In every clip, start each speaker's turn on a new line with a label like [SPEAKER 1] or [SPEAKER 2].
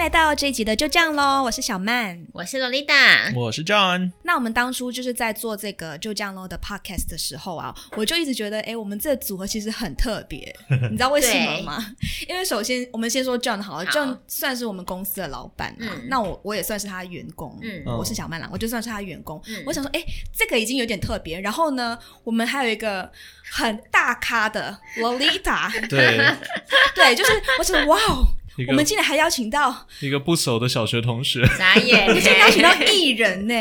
[SPEAKER 1] 来到这一集的就这样喽，我是小曼。
[SPEAKER 2] 我是 Lolita，
[SPEAKER 3] 我是 John，
[SPEAKER 1] 那我们当初就是在做这个就这样喽的 podcast 的时候啊，我就一直觉得，哎，我们这组合其实很特 别，你知道为什么吗？因为首先我们先说 John 好了
[SPEAKER 2] 好
[SPEAKER 1] j o h n 算是我们公司的老板嘛，
[SPEAKER 2] 嗯
[SPEAKER 1] 那我我也算是他的员工，
[SPEAKER 2] 嗯
[SPEAKER 3] 哦
[SPEAKER 1] 我是小曼啦，我就算是他的员工。
[SPEAKER 2] 嗯
[SPEAKER 1] 我想说，哎，这个已经有点特别。然后呢，我们还有一个很大咖的 Lolita，
[SPEAKER 3] 对，
[SPEAKER 1] 对，就是我想说，哇哦，
[SPEAKER 3] 一
[SPEAKER 1] 我们
[SPEAKER 3] 个
[SPEAKER 1] 竟然还邀请到
[SPEAKER 3] 一个不熟的小学同学，
[SPEAKER 2] 眨眼呢，
[SPEAKER 1] 就邀请到艺人 呢、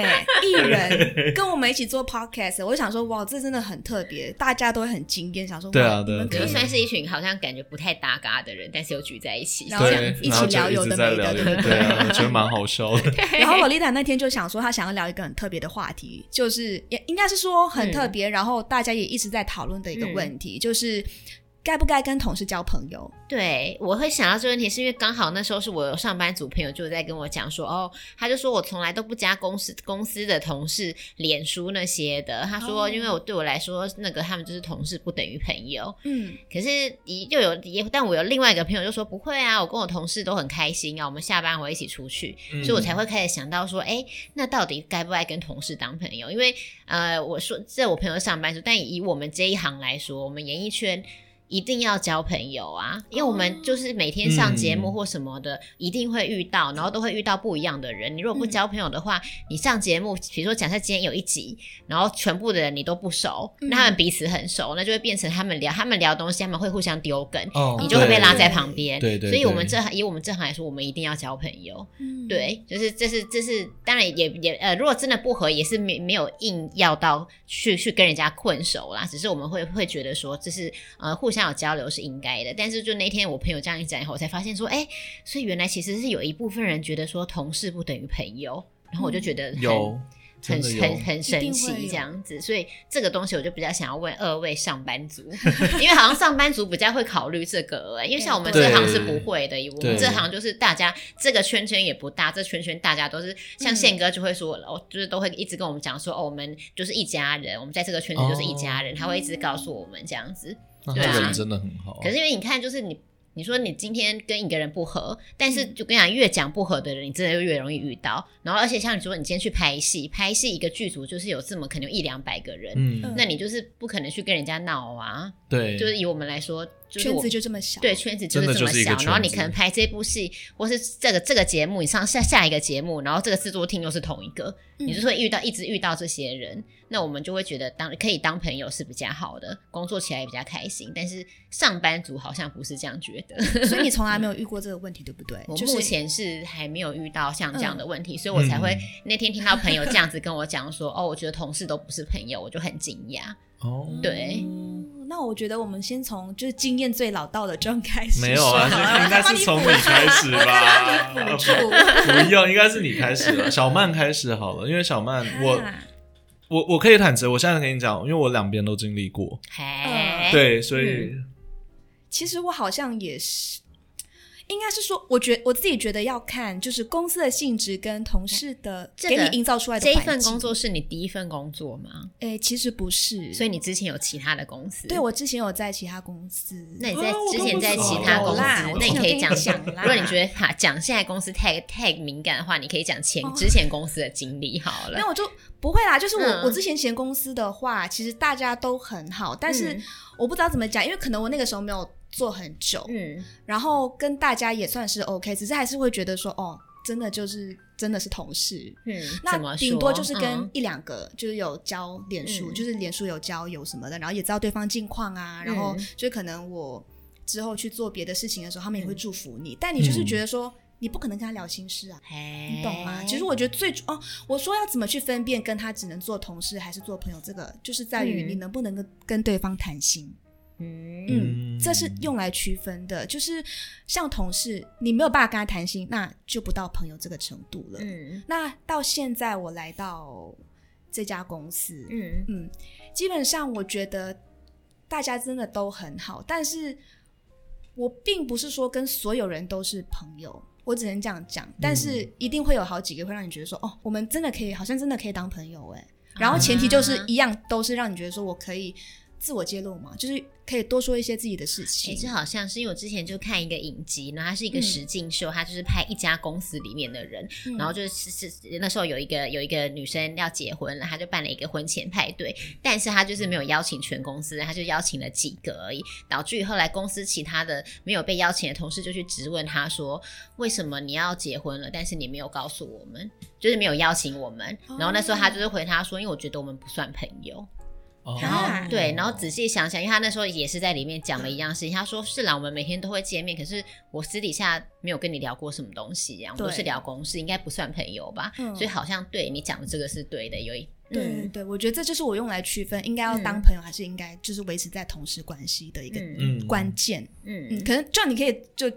[SPEAKER 1] 艺人跟我们一起做 podcast，我就想说，哇，这真的很特别，大家都会很惊艳，想说，
[SPEAKER 3] 对啊
[SPEAKER 1] 哇
[SPEAKER 3] 对
[SPEAKER 1] 你
[SPEAKER 3] 啊
[SPEAKER 1] 们可
[SPEAKER 2] 就
[SPEAKER 3] 对
[SPEAKER 1] 以
[SPEAKER 3] 啊
[SPEAKER 2] 算是一群好像感觉不太搭嘎的人，但是又聚在一起，
[SPEAKER 1] 然后
[SPEAKER 2] 这
[SPEAKER 1] 这
[SPEAKER 2] 样
[SPEAKER 1] 样
[SPEAKER 3] 对
[SPEAKER 1] 子，
[SPEAKER 3] 然后
[SPEAKER 1] 一起聊
[SPEAKER 3] 就
[SPEAKER 1] 有
[SPEAKER 3] 一
[SPEAKER 1] 的
[SPEAKER 3] 直在
[SPEAKER 1] 没的
[SPEAKER 3] 聊有
[SPEAKER 1] 对不
[SPEAKER 3] 的，对啊，我觉得蛮好笑的。
[SPEAKER 1] 然后洛丽塔那天就想说，她想要聊一个很特别的话题，就是也应该是说很特
[SPEAKER 2] 嗯
[SPEAKER 1] 别，然后大家也一直在讨论的一个问题，
[SPEAKER 3] 嗯
[SPEAKER 1] 就是该不该跟同事交朋友？
[SPEAKER 2] 对，我会想到这个问题，是因为刚好那时候是我有上班族朋友就在跟我讲说，哦，他就说我从来都不加公司公司的同事脸书那些的，他说
[SPEAKER 1] 哦
[SPEAKER 2] 因为我对我来说，那个他们就是同事，不等于朋友。
[SPEAKER 1] 嗯，
[SPEAKER 2] 可是一又有也，但我有另外一个朋友就说不会啊，我跟我同事都很开心啊，我们下班会一起出去，
[SPEAKER 3] 嗯
[SPEAKER 2] 所以我才会开始想到说，哎、那到底该不该跟同事当朋友？因为呃，我说在我朋友上班族，但以我们这一行来说，我们演艺圈。一定要交朋友啊，因为我们就是每天上节目
[SPEAKER 3] 嗯
[SPEAKER 2] 或什么的，一定会遇到，然后都会遇到不一样的人。你如果不交朋友的话，你上节目，比如说假设今天有一集，然后全部的人你都不熟，
[SPEAKER 1] 嗯
[SPEAKER 2] 那他们彼此很熟，那就会变成他们聊他们聊东西，他们会互相丢梗，
[SPEAKER 3] 哦
[SPEAKER 2] 你就会被
[SPEAKER 3] 对
[SPEAKER 2] 拉在旁边。
[SPEAKER 3] 对对对
[SPEAKER 2] 所以我们这行以我们这行来说，我们一定要交朋友。
[SPEAKER 1] 嗯，
[SPEAKER 2] 对，就是这是这是当然也也呃，如果真的不合，也是没没有硬要到去去跟人家困熟啦。只是我们会会觉得说，这是呃互相有交流是应该的。但是就那天我朋友这样一讲以后，我才发现说，哎，所以原来其实是有一部分人觉得说同事不等于朋友，然后我就觉得很
[SPEAKER 3] 有，
[SPEAKER 2] 很
[SPEAKER 3] 真的有
[SPEAKER 2] 很很神
[SPEAKER 1] 一定会
[SPEAKER 2] 奇
[SPEAKER 1] 有
[SPEAKER 2] 这样子，所以这个东西我就比较想要问二位上班族， 因为好像上班族比较会考虑这个、欸，因为像我们
[SPEAKER 1] 对啊
[SPEAKER 2] 这行是不会的，我们
[SPEAKER 3] 对
[SPEAKER 2] 这行就是大家这个圈圈也不大，这圈圈大家都是像宪
[SPEAKER 1] 嗯
[SPEAKER 2] 哥就会说，哦，就是都会一直跟我们讲说，哦，我们就是一家人，我们在这个圈子就是一家
[SPEAKER 3] 哦
[SPEAKER 2] 人，他会一直告诉我们这样子。
[SPEAKER 3] 那
[SPEAKER 2] 对啊
[SPEAKER 3] 他人真的很好啊。
[SPEAKER 2] 可是因为你看，就是你。你说你今天跟一个人不合，但是就跟你讲，越讲不合的人，你真的就越容易遇到。然后，而且像你说，你今天去拍戏，拍戏一个剧组就是有这么可能有一两百个人，
[SPEAKER 3] 嗯，
[SPEAKER 2] 那你就是不可能去跟人家闹啊。
[SPEAKER 3] 对，
[SPEAKER 2] 就是以我们来说，就是
[SPEAKER 1] 圈
[SPEAKER 2] 我
[SPEAKER 1] 子就这么小，
[SPEAKER 2] 对，圈子
[SPEAKER 3] 真的
[SPEAKER 2] 这么
[SPEAKER 3] 就是一个
[SPEAKER 2] 小，然后
[SPEAKER 3] 圈
[SPEAKER 2] 你
[SPEAKER 3] 子
[SPEAKER 2] 可能拍这部戏，或是这个这个节目，你上下下一个节目，然后这个制作厅又是同一个，
[SPEAKER 1] 嗯，
[SPEAKER 2] 你就是会遇到一直遇到这些人，那我们就会觉得当可以当朋友是比较好的，工作起来也比较开心。但是上班族好像不是这样觉得，
[SPEAKER 1] 所以你从来没有遇过这个问题，对不对？
[SPEAKER 2] 嗯我
[SPEAKER 1] 就是
[SPEAKER 2] 目前是还没有遇到像这样的问题，所以我才会
[SPEAKER 3] 嗯
[SPEAKER 2] 那天听到朋友这样子跟我讲说，哦，我觉得同事都不是朋友，我就很惊讶。
[SPEAKER 1] 嗯
[SPEAKER 3] 哦，
[SPEAKER 2] 对
[SPEAKER 1] 哦那我觉得我们先从就是经验最老道的 John 开始说，
[SPEAKER 3] 没有啊，
[SPEAKER 1] 好
[SPEAKER 3] 这 应该是从你开始吧？
[SPEAKER 1] 我 帮你补助
[SPEAKER 3] 不用，应该是你开始吧， 小曼开始好了，因为小曼，我
[SPEAKER 1] 啊
[SPEAKER 3] 我我可以坦诚，我现在跟你讲，因为我两边都经历过，
[SPEAKER 2] 嘿，
[SPEAKER 3] 对，所以
[SPEAKER 1] 其实我好像也是，应该是说，我觉我自己觉得要看就是公司的性质跟同事的
[SPEAKER 2] 这
[SPEAKER 1] 给
[SPEAKER 2] 个
[SPEAKER 1] 你营造出来的
[SPEAKER 2] 这一
[SPEAKER 1] 环
[SPEAKER 2] 份
[SPEAKER 1] 境
[SPEAKER 2] 工，作是你第一份工作吗？
[SPEAKER 1] 哎，其实不是，
[SPEAKER 2] 所以
[SPEAKER 1] 以
[SPEAKER 2] 你之前有其他的公司？
[SPEAKER 1] 对我之前有在其他公司，
[SPEAKER 2] 那你在
[SPEAKER 3] 哦我
[SPEAKER 2] 之
[SPEAKER 3] 都
[SPEAKER 2] 前
[SPEAKER 3] 不
[SPEAKER 2] 在
[SPEAKER 3] 知
[SPEAKER 2] 其
[SPEAKER 3] 道
[SPEAKER 2] 他公司，
[SPEAKER 1] 啦我之
[SPEAKER 2] 那
[SPEAKER 1] 前有
[SPEAKER 2] 可以
[SPEAKER 1] 跟
[SPEAKER 2] 讲
[SPEAKER 1] 你
[SPEAKER 2] 下。
[SPEAKER 1] 讲啦
[SPEAKER 2] 如果你觉得他讲现在公司太太敏感的话，你可以讲前
[SPEAKER 1] 哦
[SPEAKER 2] 之前公司的经历好了
[SPEAKER 1] 没。有，我就不会啦。就是我、
[SPEAKER 2] 嗯
[SPEAKER 1] 我之前前公司的话，其实大家都很好，但是
[SPEAKER 2] 嗯
[SPEAKER 1] 我不知道怎么讲，因为可能我那个时候没有做很久，
[SPEAKER 2] 嗯，
[SPEAKER 1] 然后跟大家也算是 OK，只是还是会觉得说，哦，真的就是真的是同事，
[SPEAKER 2] 嗯，怎
[SPEAKER 1] 那
[SPEAKER 2] 么
[SPEAKER 1] 顶
[SPEAKER 2] 说
[SPEAKER 1] 多就是跟
[SPEAKER 2] 嗯
[SPEAKER 1] 一两个，就是有交脸书，
[SPEAKER 2] 嗯
[SPEAKER 1] 就是脸书有交友什么的，然后也知道对方近况啊，然后
[SPEAKER 2] 嗯
[SPEAKER 1] 就可能我之后去做别的事情的时候，他们也会祝福你，
[SPEAKER 2] 嗯
[SPEAKER 1] 但你就是觉得说，你不可能跟他聊心事啊。你懂
[SPEAKER 2] 哎
[SPEAKER 1] 吗？其实我觉得最哦，我说要怎么去分辨跟他只能做同事还是做朋友，这个就是在于
[SPEAKER 2] 嗯
[SPEAKER 1] 你能不能跟跟对方谈心。
[SPEAKER 2] 嗯
[SPEAKER 1] 嗯，这是用来区分的，就是像同事，你没有办法跟他谈心，那就不到朋友这个程度了。
[SPEAKER 2] 嗯
[SPEAKER 1] 那到现在我来到这家公司，
[SPEAKER 2] 嗯
[SPEAKER 1] 嗯，基本上我觉得大家真的都很好，但是我并不是说跟所有人都是朋友，我只能这样讲。但是
[SPEAKER 2] 嗯
[SPEAKER 1] 一定会有好几个会让你觉得说，哦，我们欸真的可以，好像真的可以当朋友哎。然后前提就是
[SPEAKER 2] 啊
[SPEAKER 1] 一样，都是让你觉得说我可以自我揭露嘛，就是可以多说一些自己的事
[SPEAKER 2] 哎、
[SPEAKER 1] 情。
[SPEAKER 2] 这好像是因为我之前就看一个影集，然后它是一个
[SPEAKER 1] 嗯
[SPEAKER 2] 实境秀，它就是拍一家公司里面的人，
[SPEAKER 1] 嗯
[SPEAKER 2] 然后就是是是那时候有一个有一个女生要结婚了，她就办了一个婚前派对，但是她就是没有邀请全公司，她就邀请了几个而已，导致于后来公司其他的没有被邀请的同事就去质问她说，为什么你要结婚了，但是你没有告诉我们，就是没有邀请我们。然后那时候她就是回她说，因为我觉得我们不算朋友。
[SPEAKER 3] 哦
[SPEAKER 2] 然后、
[SPEAKER 1] 啊
[SPEAKER 2] 对，然后仔细想想，因为他那时候也是在里面讲了一样事情，他说是啦，我们每天都会见面，可是我私底下没有跟你聊过什么东西啊呀、我们都
[SPEAKER 1] 对
[SPEAKER 2] 是聊公事，应该不算朋友吧？
[SPEAKER 1] 嗯
[SPEAKER 2] 所以好像对你讲的这个是对的，有一
[SPEAKER 1] 对对
[SPEAKER 2] 嗯
[SPEAKER 1] 对，我觉得这就是我用来区分应该要当
[SPEAKER 2] 嗯
[SPEAKER 1] 朋友还是应该就是维持在同事关系的一个
[SPEAKER 2] 嗯
[SPEAKER 3] 嗯，
[SPEAKER 1] 关键。嗯，
[SPEAKER 2] 嗯，
[SPEAKER 1] 可能这样你可以 就，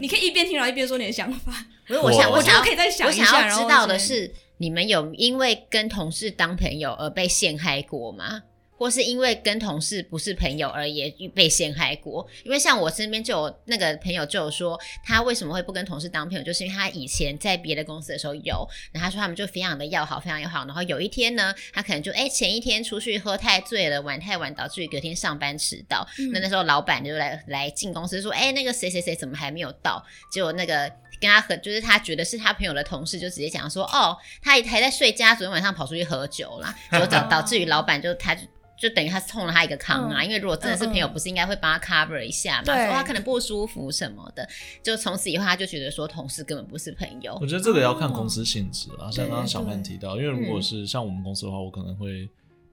[SPEAKER 1] 你可以一边听然后一边说你的想法。
[SPEAKER 2] 不是
[SPEAKER 3] 我
[SPEAKER 2] 我想
[SPEAKER 1] 我觉
[SPEAKER 2] 想
[SPEAKER 1] 得
[SPEAKER 2] 要
[SPEAKER 1] 可以再想
[SPEAKER 2] 我
[SPEAKER 1] 一下，
[SPEAKER 2] 想
[SPEAKER 1] 然
[SPEAKER 2] 要
[SPEAKER 1] 后
[SPEAKER 2] 知道的
[SPEAKER 1] 再，
[SPEAKER 2] 是，你们有因为跟同事当朋友而被陷害过吗？或是因为跟同事不是朋友而也被陷害过？因为像我身边就有那个朋友就有说，他为什么会不跟同事当朋友，就是因为他以前在别的公司的时候有，然后他说他们就非常的要好，非常要好。然后有一天呢，他可能就哎、前一天出去喝太醉了，玩太晚，导致于隔天上班迟到。
[SPEAKER 1] 嗯
[SPEAKER 2] 那那时候老板就来来进公司说，哎、那个谁谁谁怎么还没有到？结果那个跟他合，就是他觉得是他朋友的同事，就直接讲说，哦，他还还在睡觉，昨天晚上跑出去喝酒啦，结果导导致于老板就他就。就等于他冲了他一个康啊，
[SPEAKER 1] 嗯
[SPEAKER 2] 因为如果真的是朋友，
[SPEAKER 1] 嗯嗯
[SPEAKER 2] 不是应该会帮他 cover 一下嘛？
[SPEAKER 1] 对
[SPEAKER 2] 说他可能不舒服什么的，就从此以后他就觉得说同事根本不是朋友
[SPEAKER 3] 我。觉得这个要看公司性质啊，像
[SPEAKER 2] 对
[SPEAKER 3] 刚刚小曼
[SPEAKER 1] 哦对
[SPEAKER 3] 提到，因为如果
[SPEAKER 2] 嗯
[SPEAKER 3] 是像我们公司的话，我可能会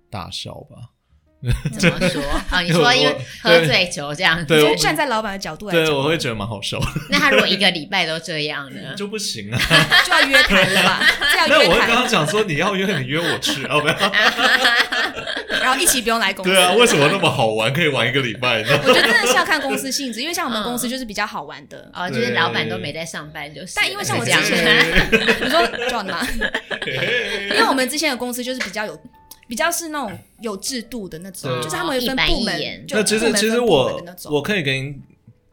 [SPEAKER 3] 大笑吧。
[SPEAKER 2] 怎么说？哦，你说因为喝醉酒这样
[SPEAKER 1] 你
[SPEAKER 3] 对
[SPEAKER 2] 子，
[SPEAKER 1] 就
[SPEAKER 3] 我
[SPEAKER 1] 是站在老板的角度来
[SPEAKER 3] 对，
[SPEAKER 1] 讲，
[SPEAKER 3] 我会觉得蛮好笑的，
[SPEAKER 2] 那他如果一个礼拜都这样呢？
[SPEAKER 3] 就不行啊。
[SPEAKER 1] 就要约谈了 吧？这要
[SPEAKER 3] 那
[SPEAKER 1] 约
[SPEAKER 3] 我会跟
[SPEAKER 1] 谈，
[SPEAKER 3] 他讲说，你要约你约我去啊，不要。
[SPEAKER 1] 然后一起不用来公司。
[SPEAKER 3] 对啊，为什么那么好玩，可以玩一个礼拜呢？
[SPEAKER 1] 我觉得真的是要看公司性质，因为像我们
[SPEAKER 2] 嗯
[SPEAKER 1] 公司就是比较好玩的。
[SPEAKER 2] 哦，就是老板都没在上班，就是了。
[SPEAKER 1] 但因为 像我之
[SPEAKER 2] 这样，啊
[SPEAKER 1] 前，你说 John 吗？因为我们之前的公司就是比较有，比较是那种有制度的那种，
[SPEAKER 3] 对
[SPEAKER 1] 就是他们会分
[SPEAKER 2] 一板
[SPEAKER 1] 部
[SPEAKER 2] 一眼
[SPEAKER 1] 门。就
[SPEAKER 3] 嗯那其
[SPEAKER 1] 部
[SPEAKER 3] 实
[SPEAKER 1] 门
[SPEAKER 3] 其实
[SPEAKER 1] 分部
[SPEAKER 3] 我
[SPEAKER 1] 门的那种
[SPEAKER 3] 我可以给你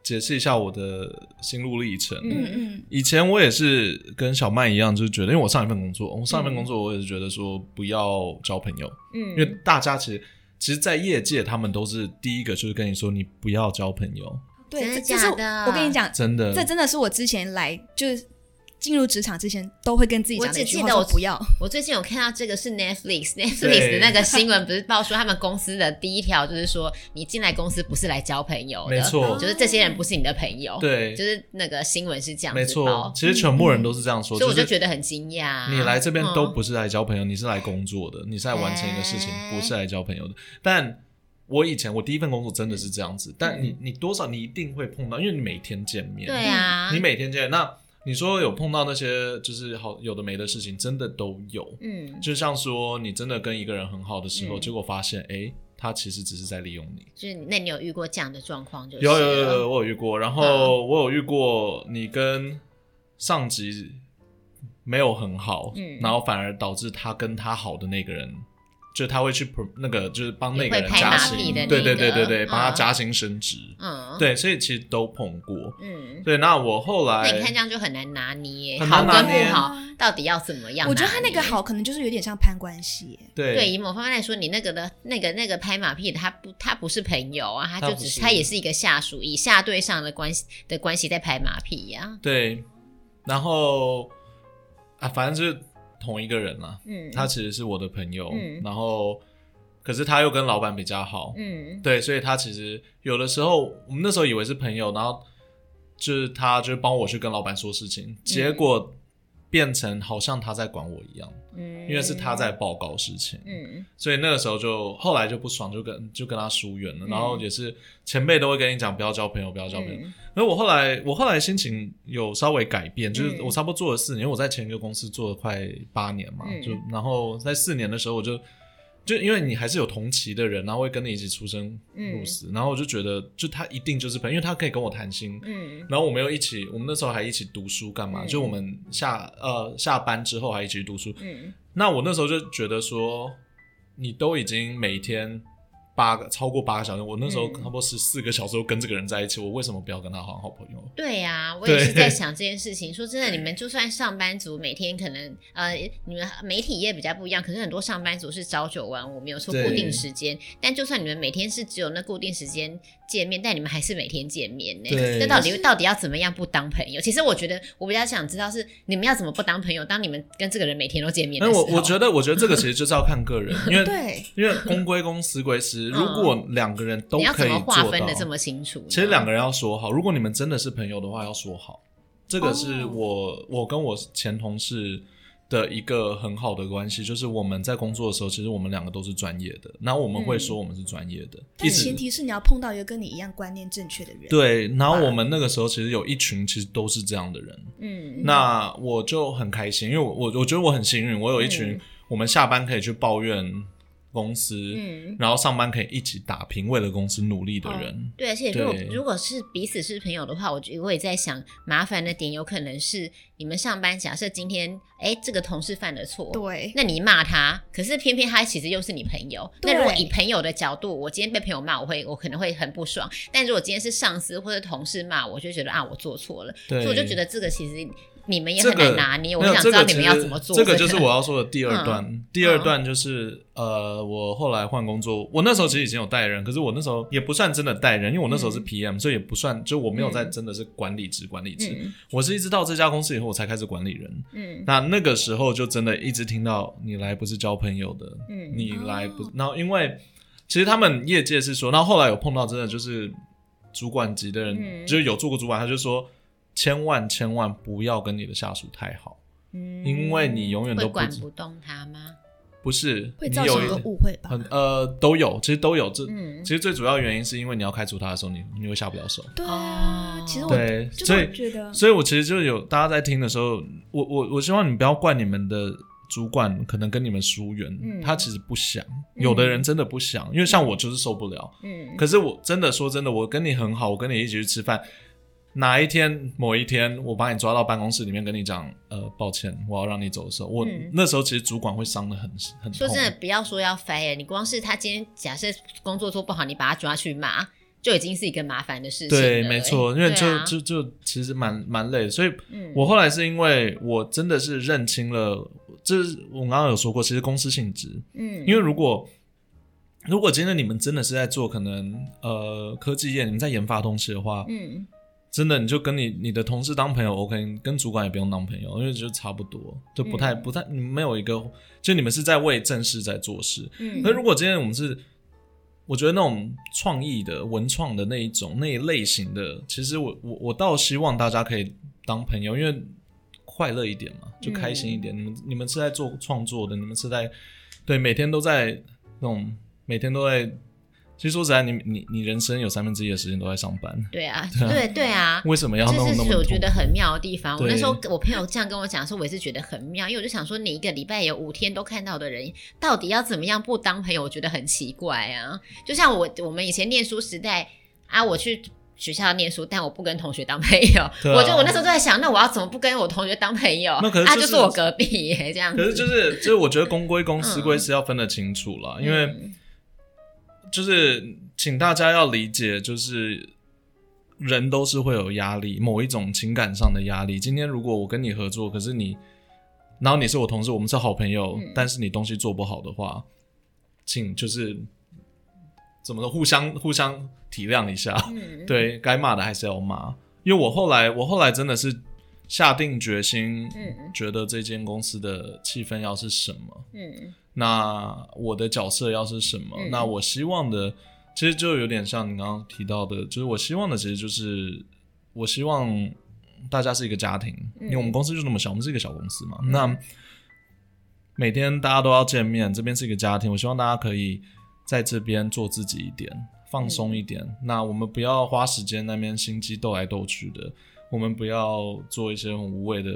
[SPEAKER 3] 解释一下我的心路历程。
[SPEAKER 2] 嗯
[SPEAKER 1] 嗯嗯
[SPEAKER 3] 以前我也是跟小曼一样，就是觉得，因为我上一份工作，我
[SPEAKER 1] 嗯
[SPEAKER 3] 上一份工作我也是觉得说不要交朋友，因为
[SPEAKER 2] 嗯，
[SPEAKER 3] 大家其实其实，在业界他们都是第一个就是跟你说你不要交朋友，
[SPEAKER 1] 对，
[SPEAKER 2] 真的
[SPEAKER 1] 这这是
[SPEAKER 2] 假的
[SPEAKER 1] 我跟你讲，
[SPEAKER 3] 真的。
[SPEAKER 1] 这真的是我之前来就是进入职场之前都会跟自己讲的一句话，说不要。
[SPEAKER 2] 我最近有看到这个是 Netflix，Netflix 的那个新闻不是爆出他们公司的第一条就是说，你进来公司不是来交朋友的，
[SPEAKER 3] 没错
[SPEAKER 2] 就是这些人不是你的朋友，，
[SPEAKER 3] 对，
[SPEAKER 2] 就是那个新闻是这样子
[SPEAKER 3] 没错
[SPEAKER 2] 报，
[SPEAKER 3] 其实全部人都是这样说，
[SPEAKER 2] 所以我就是觉得很惊讶。
[SPEAKER 3] 你来这边
[SPEAKER 2] 嗯
[SPEAKER 3] 都不是来交朋友，你是来工作的，你是来完成一个事情，
[SPEAKER 2] 哎
[SPEAKER 3] 不是来交朋友的。但我以前我第一份工作真的是这样
[SPEAKER 2] 嗯
[SPEAKER 3] 子，但你你多少你一定会碰到，因为你每天见面，
[SPEAKER 2] 对啊，
[SPEAKER 3] 你每天见面，那你说有碰到那些就是好有的没的事情，真的都有。
[SPEAKER 2] 嗯，
[SPEAKER 3] 就像说你真的跟一个人很好的时
[SPEAKER 2] 嗯
[SPEAKER 3] 候，结果发现哎、诶他其实只是在利用你。
[SPEAKER 2] 就是那你有遇过这样的状况？就是啊嗯
[SPEAKER 3] 有
[SPEAKER 2] 了
[SPEAKER 3] 有有有，我有遇过，然后我有遇过你跟上级没有很好，
[SPEAKER 2] 嗯
[SPEAKER 3] 然后反而导致他跟他好的那个人，就他会去 pro- 那个就是帮那
[SPEAKER 2] 也
[SPEAKER 3] 个
[SPEAKER 2] 会
[SPEAKER 3] 人
[SPEAKER 2] 拍
[SPEAKER 3] 加
[SPEAKER 2] 马
[SPEAKER 3] 薪，
[SPEAKER 2] 屁的
[SPEAKER 3] 对
[SPEAKER 2] 那
[SPEAKER 3] 对对
[SPEAKER 2] 个
[SPEAKER 3] 对对，帮他
[SPEAKER 2] 嗯
[SPEAKER 3] 加薪升职，
[SPEAKER 2] 嗯，，
[SPEAKER 3] 对，所以其实都碰过。
[SPEAKER 2] 嗯，
[SPEAKER 3] 对，那我后
[SPEAKER 2] 那
[SPEAKER 3] 来
[SPEAKER 2] 你看这样就很难拿捏，
[SPEAKER 3] 很
[SPEAKER 2] 好
[SPEAKER 3] 难拿
[SPEAKER 2] 跟
[SPEAKER 3] 捏
[SPEAKER 2] 不好到底要怎么样拿捏？
[SPEAKER 1] 我觉得他那个好，可能就是有点像攀关系。
[SPEAKER 3] 对
[SPEAKER 2] 对，以某方面来说，你那个的那个那个拍马屁的，他不他不是朋友啊，他
[SPEAKER 3] 他
[SPEAKER 2] 就
[SPEAKER 3] 不
[SPEAKER 2] 只是
[SPEAKER 3] 是
[SPEAKER 2] 他也是一个下属，以下对上的关系的关系在拍马屁呀、
[SPEAKER 3] 对，然后啊，反正就是同一个人啦、
[SPEAKER 2] 嗯，
[SPEAKER 3] 他其实是我的朋友，
[SPEAKER 2] 嗯
[SPEAKER 3] 然后可是他又跟老板比较好，
[SPEAKER 2] 嗯
[SPEAKER 3] 对，所以他其实有的时候，我们那时候以为是朋友，然后就是他就是帮我去跟老板说事
[SPEAKER 2] 嗯
[SPEAKER 3] 情，结果变成好像他在管我一样，
[SPEAKER 2] 嗯，
[SPEAKER 3] 因为是他在报告事情，
[SPEAKER 2] 嗯
[SPEAKER 3] 所以那个时候就后来就不爽，就跟就跟他疏远
[SPEAKER 2] 嗯
[SPEAKER 3] 了。然后也是前辈都会跟你讲不要交朋友，不要交朋友。
[SPEAKER 2] 嗯
[SPEAKER 3] 那、我后来我后来心情有稍微改变，就是
[SPEAKER 2] 嗯
[SPEAKER 3] 我差不多做了四年，因为我在前一个公司做了快八年嘛，
[SPEAKER 2] 嗯
[SPEAKER 3] 就然后在四年的时候我就。就因为你还是有同期的人，然后会跟你一起出生入死，然后我就觉得，就他一定就是朋友，因为他可以跟我谈心，
[SPEAKER 2] 嗯
[SPEAKER 3] 然后我们又一起，我们那时候还一起读书干嘛？
[SPEAKER 2] 嗯
[SPEAKER 3] 就我们下呃下班之后还一起读书，
[SPEAKER 2] 嗯
[SPEAKER 3] 那我那时候就觉得说，你都已经每天八个超过八个小时，我那时候
[SPEAKER 2] 嗯
[SPEAKER 3] 差不多十四个小时都跟这个人在一起，我为什么不要跟他好好朋友？
[SPEAKER 2] 对呀、我也是
[SPEAKER 3] 对
[SPEAKER 2] 在想这件事情。说真的，你们就算上班族，每天可能呃，你们媒体业比较不一样，可是很多上班族是朝九晚五，没有说
[SPEAKER 3] 对
[SPEAKER 2] 固定时间。但就算你们每天是只有那固定时间见面，但你们还是每天见面呢、
[SPEAKER 3] 对
[SPEAKER 2] 那到
[SPEAKER 1] 可
[SPEAKER 2] 底
[SPEAKER 1] 是
[SPEAKER 2] 到底要怎么样不当朋友？其实我觉得我比较想知道是你们要怎么不当朋友，当你们跟这个人每天都见面的
[SPEAKER 3] 但
[SPEAKER 2] 时
[SPEAKER 3] 哎我
[SPEAKER 2] 候。
[SPEAKER 1] 啊
[SPEAKER 3] 我觉得，我觉得这个其实就是要看个人，因为
[SPEAKER 1] 对，
[SPEAKER 3] 因为公归公，私归私。如果两个人都
[SPEAKER 2] 你要
[SPEAKER 3] 可
[SPEAKER 2] 怎
[SPEAKER 3] 以
[SPEAKER 2] 么划
[SPEAKER 3] 做
[SPEAKER 2] 分
[SPEAKER 3] 到
[SPEAKER 2] 的，这
[SPEAKER 1] 嗯
[SPEAKER 2] 么清楚呢？
[SPEAKER 3] 其实两个人要说好。如果你们真的是朋友的话，要说好。这个是
[SPEAKER 1] 哦
[SPEAKER 3] 我、我跟我前同事的一个很好的关系，就是我们在工作的时候，其实我们两个都是专业的，那我们会说我们是专业的，一
[SPEAKER 1] 嗯但
[SPEAKER 3] 直
[SPEAKER 1] 前提是你要碰到一个跟你一样观念正确的人。
[SPEAKER 3] 对。然后我们那个时候其实有一群其实都是这样的人，
[SPEAKER 2] 嗯，
[SPEAKER 3] 那我就很开心，因为我我我觉得我很幸运，我有一群、
[SPEAKER 2] 嗯
[SPEAKER 3] 我们下班可以去抱怨公司，
[SPEAKER 2] 嗯
[SPEAKER 3] 然后上班可以一起打拼，为了公司努力的人。
[SPEAKER 2] 对，而且如果
[SPEAKER 3] 对
[SPEAKER 2] 如果是彼此是朋友的话，我觉我也在想，麻烦的点有可能是你们上班，假设今天哎这个同事犯了错，
[SPEAKER 1] 对，
[SPEAKER 2] 那你骂他，可是偏偏他其实又是你朋友。
[SPEAKER 1] 对
[SPEAKER 2] 那如果以朋友的角度，我今天被朋友骂，我会我可能会很不爽；但如果今天是上司或者同事骂，我就觉得啊我做错了，所
[SPEAKER 3] 对，
[SPEAKER 2] 以我就觉得这个其实你们也
[SPEAKER 3] 这
[SPEAKER 2] 很
[SPEAKER 3] 个
[SPEAKER 2] 难拿捏。
[SPEAKER 3] 没有
[SPEAKER 2] 我想
[SPEAKER 3] 这
[SPEAKER 2] 知道
[SPEAKER 3] 个
[SPEAKER 2] 你们
[SPEAKER 3] 其实
[SPEAKER 2] 要怎么做。嗯
[SPEAKER 3] 这个就是
[SPEAKER 2] 真
[SPEAKER 3] 我
[SPEAKER 2] 的
[SPEAKER 3] 要 说的第二段。第二段就是呃，我后来换工作，我那时候其实已经有带人，可是我那时候也不算真的带人，因为我那时候是 PM，、所以也不算，就我没有在
[SPEAKER 2] 嗯
[SPEAKER 3] 真的是管理职管理职。
[SPEAKER 2] 嗯
[SPEAKER 3] 我是一直到这家公司以后，我才开始管理人。
[SPEAKER 2] 嗯
[SPEAKER 3] 那那个时候就真的一直听到你来不是交朋友的，
[SPEAKER 2] 嗯
[SPEAKER 3] 你来不
[SPEAKER 1] 哦，
[SPEAKER 3] 然后因为其实他们业界是说，然后后来有碰到真的就是主管级的人，
[SPEAKER 2] 嗯
[SPEAKER 3] 就是有做过主管，他就说千万千万不要跟你的下属太好，
[SPEAKER 2] 嗯
[SPEAKER 3] 因为你永远都
[SPEAKER 2] 会
[SPEAKER 3] 不
[SPEAKER 2] 管
[SPEAKER 3] 知
[SPEAKER 2] 不动他吗？
[SPEAKER 3] 不是
[SPEAKER 1] 会
[SPEAKER 3] 你
[SPEAKER 1] 造
[SPEAKER 3] 有
[SPEAKER 1] 成一个
[SPEAKER 3] 一
[SPEAKER 1] 误会吧？
[SPEAKER 3] 很呃都有，其实都有这。
[SPEAKER 2] 嗯
[SPEAKER 3] 其，实最主要原因是因为你要开除他的时候，你你会下不了手。
[SPEAKER 1] 对啊
[SPEAKER 2] 哦，
[SPEAKER 1] 其实我
[SPEAKER 3] 对，
[SPEAKER 1] 就
[SPEAKER 3] 所以
[SPEAKER 1] 是觉得，
[SPEAKER 3] 所以，我其实就有大家在听的时候，我我我希望你不要怪你们的主管，可能跟你们疏远，
[SPEAKER 2] 嗯
[SPEAKER 3] 他其实不想，有的人真的不想，因为像我就是受不了。
[SPEAKER 2] 嗯
[SPEAKER 3] 可是我真的说真的，我跟你很好，我跟你一起去吃饭，哪一天某一天我把你抓到办公室里面跟你讲，呃，抱歉，我要让你走的时候，我、
[SPEAKER 2] 嗯
[SPEAKER 3] 那时候其实主管会伤的很很痛。
[SPEAKER 2] 说真的，不要说要 fire，你光是他今天假设工作做不好，你把他抓去骂，就已经是一个麻烦的事情了欸。
[SPEAKER 3] 对，没错，因为就、
[SPEAKER 2] 对啊
[SPEAKER 3] 就就其实蛮蛮累的，所以
[SPEAKER 2] 嗯
[SPEAKER 3] 我后来是因为我真的是认清了，这是我刚刚有说过，其实公司性质，
[SPEAKER 2] 嗯，
[SPEAKER 3] 因为如果如果今天你们真的是在做可能呃科技业，你们在研发东西的话，
[SPEAKER 2] 嗯
[SPEAKER 3] 真的你就跟你你的同事当朋友 OK，你跟主管也不用当朋友，因为就差不多，就不太、
[SPEAKER 2] 嗯
[SPEAKER 3] 不太你们没有一个，就你们是在为正事在做事，
[SPEAKER 2] 嗯
[SPEAKER 3] 那如果今天我们是，我觉得那种创意的、文创的那一种那一类型的，其实我我我倒希望大家可以当朋友，因为快乐一点嘛，就开心一
[SPEAKER 2] 嗯
[SPEAKER 3] 点。你们你们是在做创作的，你们是在对每天都在那种每天都在。其实说实在，你你你人生有三分之一的时间都在上班，
[SPEAKER 2] 对啊，对对啊。
[SPEAKER 3] 为什么要
[SPEAKER 2] 这
[SPEAKER 3] 弄那
[SPEAKER 2] 是
[SPEAKER 3] 么
[SPEAKER 2] 我
[SPEAKER 3] 多
[SPEAKER 2] 觉？得很妙的地方。我
[SPEAKER 3] 对
[SPEAKER 2] 那时候我朋友这样跟我讲说，我也是觉得很妙，因为我就想说，你一个礼拜有五天都看到的人，到底要怎么样不当朋友？我觉得很奇怪啊。就像我我们以前念书时代啊，我去学校念书，但我不跟同学当朋友。
[SPEAKER 3] 对啊
[SPEAKER 2] 我就我那时候都在想，那我要怎么不跟我同学当朋友？
[SPEAKER 3] 那可是
[SPEAKER 2] 啊，
[SPEAKER 3] 就
[SPEAKER 2] 就是坐我隔壁耶，这样子。
[SPEAKER 3] 可是就是就是，我觉得公归公，
[SPEAKER 2] 嗯
[SPEAKER 3] 私归私，要分得清楚啦，因为
[SPEAKER 2] 嗯
[SPEAKER 3] 就是请大家要理解，就是人都是会有压力，某一种情感上的压力。今天如果我跟你合作，可是你，然后你是我同事，我们是好朋友，
[SPEAKER 2] 嗯
[SPEAKER 3] 但是你东西做不好的话，请就是怎么说，互相互相体谅一下。
[SPEAKER 2] 嗯
[SPEAKER 3] 对该骂的还是要骂，因为我后来我后来真的是下定决心，
[SPEAKER 2] 嗯
[SPEAKER 3] 觉得这间公司的气氛要是什么。
[SPEAKER 2] 嗯
[SPEAKER 3] 那我的角色要是什么？
[SPEAKER 2] 嗯
[SPEAKER 3] 那我希望的，其实就有点像你刚刚提到的，就是我希望的，其实就是我希望大家是一个家庭，
[SPEAKER 2] 嗯
[SPEAKER 3] 因为我们公司就那么小，我们是一个小公司嘛。那每天大家都要见面，这边是一个家庭，我希望大家可以在这边做自己一点，放松一点。
[SPEAKER 2] 嗯
[SPEAKER 3] 那我们不要花时间那边心机斗来斗去的，我们不要做一些很无谓的，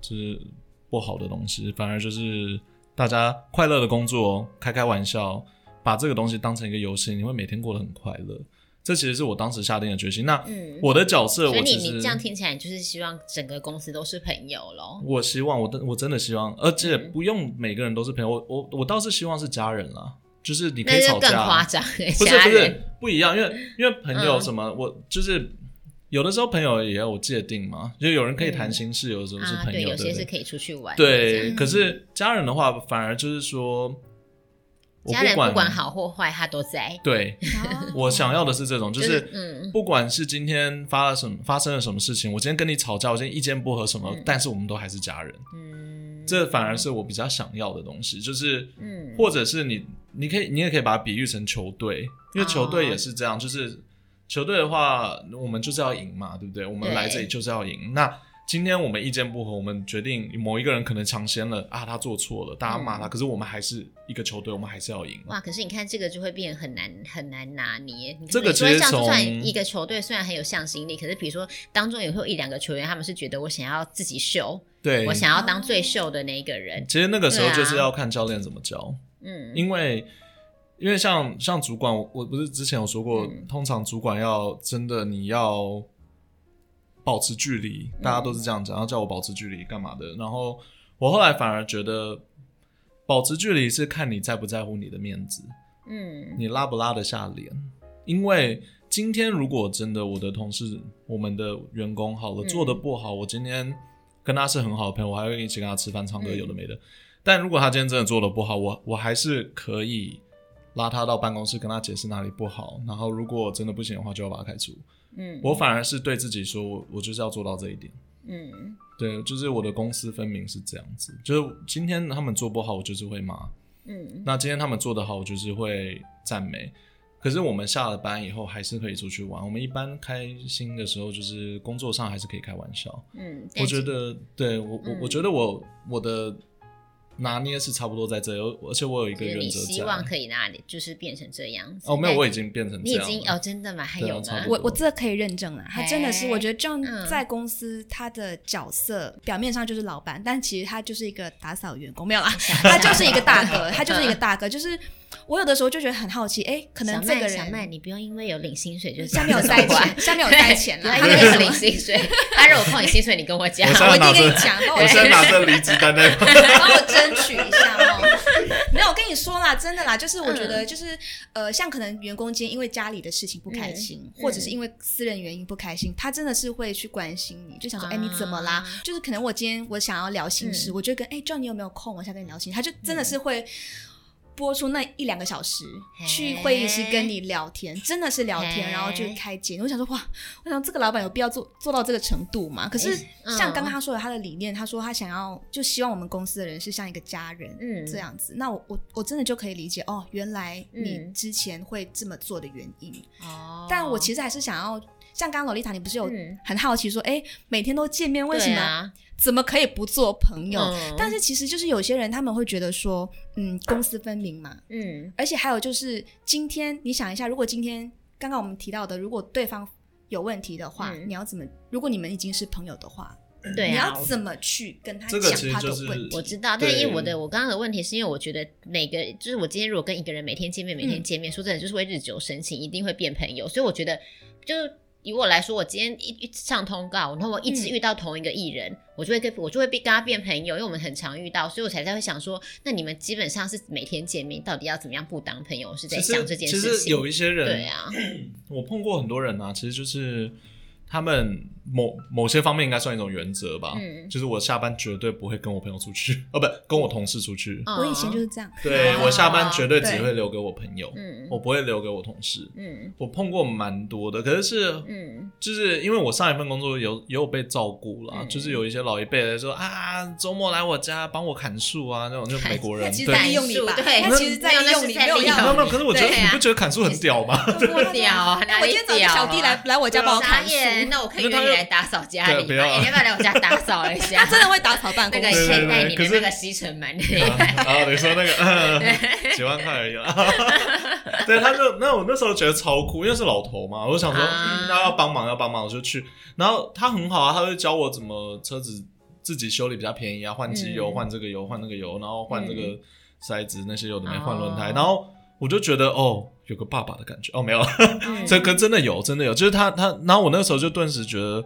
[SPEAKER 3] 就是不好的东西，反而就是大家快乐的工作，开开玩笑，把这个东西当成一个游戏，你会每天过得很快乐。这其实是我当时下定的决心。那
[SPEAKER 2] 嗯
[SPEAKER 3] 我的角色，
[SPEAKER 2] 所以
[SPEAKER 3] 我
[SPEAKER 2] 你
[SPEAKER 3] 其
[SPEAKER 2] 你这样
[SPEAKER 3] 实
[SPEAKER 2] 听起来，你就是希望整个公司都是朋友喽？
[SPEAKER 3] 我希望，我的我真的希望，而且
[SPEAKER 2] 嗯
[SPEAKER 3] 不用每个人都是朋友，我我我倒是希望是家人啦。就是你可
[SPEAKER 2] 那
[SPEAKER 3] 以
[SPEAKER 2] 就
[SPEAKER 3] 吵
[SPEAKER 2] 更
[SPEAKER 3] 架，啊
[SPEAKER 2] 夸张、欸，
[SPEAKER 3] 不是
[SPEAKER 2] 家
[SPEAKER 3] 不
[SPEAKER 2] 人
[SPEAKER 3] 是不一样，因为因为朋友
[SPEAKER 2] 嗯
[SPEAKER 3] 什么，我就是有的时候朋友也有界定嘛，就有人可以谈心事，有的时候是
[SPEAKER 2] 啊，
[SPEAKER 3] 朋
[SPEAKER 2] 对，
[SPEAKER 3] 友，
[SPEAKER 2] 有些
[SPEAKER 3] 对不
[SPEAKER 2] 是
[SPEAKER 3] 对
[SPEAKER 2] 可以出去玩的，这
[SPEAKER 3] 对，
[SPEAKER 2] 样
[SPEAKER 3] 可是家人的话，反而就是说，我
[SPEAKER 2] 家人
[SPEAKER 3] 管啊
[SPEAKER 2] 不管，好或坏，他都在，
[SPEAKER 3] 对
[SPEAKER 1] 啊
[SPEAKER 3] 我想要的是这种，就。
[SPEAKER 2] 就是嗯，
[SPEAKER 3] 不管是今天发了什么，发生了什么事情，我今天跟你吵架，我今天意见不合什么，
[SPEAKER 2] 嗯
[SPEAKER 3] 但是我们都还是家人，
[SPEAKER 2] 嗯
[SPEAKER 3] 这反而是我比较想要的东西，就是
[SPEAKER 2] 嗯
[SPEAKER 3] 或者是你，你可以，你也可以把它比喻成球队，
[SPEAKER 2] 哦
[SPEAKER 3] 因为球队也是这样，就是球队的话，我们就是要赢嘛，对不对？我们
[SPEAKER 2] 对
[SPEAKER 3] 来这里就是要赢。那今天我们意见不合，我们决定某一个人可能抢先了啊，他做错了，大家骂他，
[SPEAKER 2] 嗯
[SPEAKER 3] 可是我们还是一个球队，我们还是要赢。
[SPEAKER 2] 哇，可是你看这个就会变得很难很难拿捏。你
[SPEAKER 3] 这个
[SPEAKER 2] 你说
[SPEAKER 3] 其实
[SPEAKER 2] 像就
[SPEAKER 3] 从
[SPEAKER 2] 算一个球队虽然很有向心力，可是比如说当中也会有一两个球员，他们是觉得我想要自己秀，
[SPEAKER 3] 对
[SPEAKER 2] 我，想要当最秀的那一个人。
[SPEAKER 3] 其实那个时候
[SPEAKER 2] 对啊
[SPEAKER 3] 就是要看教练怎么教，
[SPEAKER 2] 嗯，
[SPEAKER 3] 因为。因为像像主管，我我不是之前有说过，
[SPEAKER 2] 嗯
[SPEAKER 3] 通常主管要真的你要保持距离，
[SPEAKER 2] 嗯
[SPEAKER 3] 大家都是这样讲，要叫我保持距离干嘛的？然后我后来反而觉得，保持距离是看你在不在乎你的面子，
[SPEAKER 2] 嗯
[SPEAKER 3] 你拉不拉得下脸。因为今天如果真的我的同事、我们的员工好了
[SPEAKER 2] 嗯
[SPEAKER 3] 做的不好，我今天跟他是很好的朋友，我还会一起跟他吃饭、唱歌，
[SPEAKER 2] 嗯
[SPEAKER 3] 有的没的。但如果他今天真的做的不好，我我还是可以拉他到办公室跟他解释哪里不好，然后如果真的不行的话，就要把他开除。
[SPEAKER 2] 嗯，
[SPEAKER 3] 我反而是对自己说，我我就是要做到这一点。
[SPEAKER 2] 嗯
[SPEAKER 3] 对，就是我的公私分明是这样子，就是今天他们做不好，我就是会骂；
[SPEAKER 2] 嗯
[SPEAKER 3] 那今天他们做得好，我就是会赞美。可是我们下了班以后还是可以出去玩。我们一般开心的时候，就是工作上还是可以开玩笑。
[SPEAKER 2] 嗯，但
[SPEAKER 3] 我觉
[SPEAKER 2] 是
[SPEAKER 3] 得，对我我、
[SPEAKER 2] 嗯
[SPEAKER 3] 我觉得我我的拿捏是差不多在这里，而而且我有一个
[SPEAKER 2] 就是
[SPEAKER 3] 原
[SPEAKER 2] 你
[SPEAKER 3] 则
[SPEAKER 2] 希
[SPEAKER 3] 在。啊
[SPEAKER 2] 望可以那里就是变成这样子。
[SPEAKER 3] 哦，没有，
[SPEAKER 2] 但
[SPEAKER 3] 我已经变成
[SPEAKER 2] 你已
[SPEAKER 3] 这样了。
[SPEAKER 2] 经哦，真的吗？还
[SPEAKER 3] 对啊
[SPEAKER 2] 有
[SPEAKER 3] 差
[SPEAKER 2] 吗
[SPEAKER 3] 不？多
[SPEAKER 1] 我我这可以认证了，他真的是，
[SPEAKER 2] 哎
[SPEAKER 1] 我觉得
[SPEAKER 2] 嗯
[SPEAKER 1] John 在公司他的角色表面上就是老板，但其实他就是一个打扫员工，没有啦， 他就是一个大哥，他就是一个大哥。就是我有的时候就觉得很好奇，哎，可能
[SPEAKER 2] 小
[SPEAKER 1] 这个
[SPEAKER 2] 麦，小麦，
[SPEAKER 1] 人
[SPEAKER 2] 你不用因为有领薪水就
[SPEAKER 1] 下面有塞
[SPEAKER 2] 管。
[SPEAKER 1] 钱，下面有塞钱啦，
[SPEAKER 2] 啊对
[SPEAKER 1] 他
[SPEAKER 2] 不
[SPEAKER 1] 就是
[SPEAKER 2] 要因为
[SPEAKER 1] 什
[SPEAKER 2] 有
[SPEAKER 1] 么
[SPEAKER 2] 领薪水， 他如果扣你薪水，你跟我讲
[SPEAKER 3] 我。现
[SPEAKER 1] 我
[SPEAKER 3] 在
[SPEAKER 1] 一定
[SPEAKER 3] 拿着
[SPEAKER 1] 跟你讲，
[SPEAKER 2] 哦
[SPEAKER 1] 帮我
[SPEAKER 3] 我现在拿着离职 单 在
[SPEAKER 1] 帮我争取一下哦。没有，我跟你说啦，真的啦，就是我觉
[SPEAKER 2] 嗯
[SPEAKER 1] 得就是、呃，像可能员工间因为家里的事情不开心，
[SPEAKER 2] 嗯
[SPEAKER 1] 或者是因为私人原因不开心，他真的是会去关心你，就想说，哎、
[SPEAKER 2] 啊
[SPEAKER 1] 你怎么啦？就是可能我今天我想要聊心事，
[SPEAKER 2] 嗯
[SPEAKER 1] 我就跟哎、John 你有没有空？我想跟你聊心事，他就真的是会。播出那一两个小时
[SPEAKER 2] 嘿
[SPEAKER 1] 去会议室跟你聊天，真的是聊天，
[SPEAKER 2] 嘿
[SPEAKER 1] 然后就开解你。我想说，哇，我想这个老板有必要做做到这个程度吗？可是
[SPEAKER 2] 哎嗯
[SPEAKER 1] 像刚刚他说的他的理念，他说他想要就希望我们公司的人是像一个家人，
[SPEAKER 2] 嗯
[SPEAKER 1] 这样子。那我我我真的就可以理解哦，原来你
[SPEAKER 2] 嗯
[SPEAKER 1] 之前会这么做的原因。
[SPEAKER 2] 哦
[SPEAKER 1] 但我其实还是想要，像刚刚洛丽塔，你不是有
[SPEAKER 2] 嗯
[SPEAKER 1] 很好奇说，哎、每天都见面，为什
[SPEAKER 2] 对
[SPEAKER 1] 么、
[SPEAKER 2] 啊
[SPEAKER 1] 怎么可以不做朋友？
[SPEAKER 2] 嗯
[SPEAKER 1] 但是其实就是有些人他们会觉得说，嗯，公私分明嘛。
[SPEAKER 2] 嗯
[SPEAKER 1] 而且还有就是，今天你想一下，如果今天刚刚我们提到的，如果对方有问题的话，
[SPEAKER 2] 嗯
[SPEAKER 1] 你要怎么？如果你们已经是朋友的话，
[SPEAKER 2] 对啊，
[SPEAKER 1] 你要怎么去跟他
[SPEAKER 3] 这
[SPEAKER 1] 讲
[SPEAKER 3] 个其实
[SPEAKER 1] 他的
[SPEAKER 3] 就是
[SPEAKER 1] 问题？
[SPEAKER 2] 我知道，但
[SPEAKER 3] 对
[SPEAKER 2] 因为我的我刚刚的问题是因为我觉得每个就是我今天如果跟一个人每天见面，每
[SPEAKER 3] 嗯
[SPEAKER 2] 天见面，说真的就是会日久生情，一定会变朋友。所以我觉得，就以我来说，我今天一一上通告，然后我一直
[SPEAKER 1] 嗯
[SPEAKER 2] 遇到同一个艺人，我就会跟我就会变跟他变朋友，因为我们很常遇到，所以我才在会想说，那你们基本上是每天见面，到底要怎么样不当朋友？我是在
[SPEAKER 3] 其
[SPEAKER 2] 想
[SPEAKER 3] 实
[SPEAKER 2] 这件
[SPEAKER 3] 其
[SPEAKER 2] 事
[SPEAKER 3] 实
[SPEAKER 2] 情。
[SPEAKER 3] 有一些人
[SPEAKER 2] 对啊，
[SPEAKER 3] 我碰过很多人啊，其实就是他们某某些方面应该算一种原则吧，
[SPEAKER 2] 嗯
[SPEAKER 3] 就是我下班绝对不会跟我朋友出去， 哦不，跟我同事出
[SPEAKER 2] 嗯
[SPEAKER 3] 去。
[SPEAKER 1] 我以前就是是这 样，
[SPEAKER 3] 对
[SPEAKER 2] 哦
[SPEAKER 3] 我下班绝对只
[SPEAKER 1] 对
[SPEAKER 3] 会留给我朋友，
[SPEAKER 2] 嗯
[SPEAKER 3] 我不会留给我同事。
[SPEAKER 2] 嗯
[SPEAKER 3] 我碰过蛮多的，可是是
[SPEAKER 2] 嗯
[SPEAKER 3] 就是因为我上一份工作有也有被照顾啦，
[SPEAKER 2] 嗯
[SPEAKER 3] 就是有一些老一辈的说啊，周末来我家帮我砍树啊，那种就美 国人
[SPEAKER 1] 他其实
[SPEAKER 3] 对
[SPEAKER 1] 在。利用你吧，
[SPEAKER 2] 嗯对
[SPEAKER 1] 他其实在利用你，
[SPEAKER 2] 没
[SPEAKER 1] 没
[SPEAKER 2] 有
[SPEAKER 1] 有
[SPEAKER 2] 那是在利
[SPEAKER 3] 没有
[SPEAKER 1] 要
[SPEAKER 2] 用
[SPEAKER 1] 你。
[SPEAKER 3] 没有，可是我觉得、
[SPEAKER 2] 对啊
[SPEAKER 3] 你不觉得砍树很屌吗？
[SPEAKER 2] 不 屌啊，哪
[SPEAKER 1] 我
[SPEAKER 2] 里
[SPEAKER 1] 今天找
[SPEAKER 2] 屌
[SPEAKER 1] 个
[SPEAKER 2] 啊
[SPEAKER 1] 小弟来来我家帮我砍树，
[SPEAKER 2] 耶，那我可以
[SPEAKER 3] 那
[SPEAKER 2] 让你
[SPEAKER 3] 他就
[SPEAKER 2] 来打扫家里
[SPEAKER 3] 对
[SPEAKER 2] 吗，
[SPEAKER 3] 不要啊
[SPEAKER 2] 哎你要不要来我家打扫一 下？
[SPEAKER 1] 他真的会打扫办 公
[SPEAKER 2] 那个
[SPEAKER 1] 室。
[SPEAKER 2] 现在
[SPEAKER 3] 对对对
[SPEAKER 2] 你
[SPEAKER 3] 可
[SPEAKER 2] 的
[SPEAKER 3] 是
[SPEAKER 2] 那个吸尘 螨的，
[SPEAKER 3] 啊，你说那个、呃、几万块而 已啦。对，他就那我那时候觉得超酷，因为是老头嘛，我就想说、
[SPEAKER 2] 啊
[SPEAKER 3] 嗯那要帮忙要帮忙，我就去。然后他很好啊，他会教我怎么车子自己修理比较便宜啊，换机油、
[SPEAKER 2] 嗯
[SPEAKER 3] 换这个油、换那个油，然后换这个塞子那些有的没
[SPEAKER 2] 哦
[SPEAKER 3] 换轮胎，然后我就觉得哦。有个爸爸的感觉哦，没有，
[SPEAKER 2] 嗯
[SPEAKER 3] 这跟真的有，真的有，就是他他，然后我那个时候就顿时觉得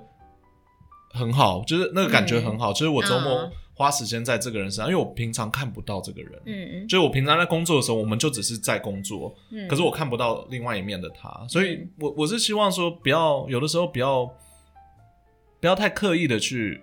[SPEAKER 3] 很好，就是那个感觉很好，就是我周末、
[SPEAKER 2] 嗯
[SPEAKER 3] 花时间在这个人身上，因为我平常看不到这个人。
[SPEAKER 2] 嗯
[SPEAKER 3] 就是我平常在工作的时候，我们就只是在工作，
[SPEAKER 2] 嗯，
[SPEAKER 3] 可是我看不到另外一面的他，所以我我是希望说，不要有的时候不要不要太刻意的去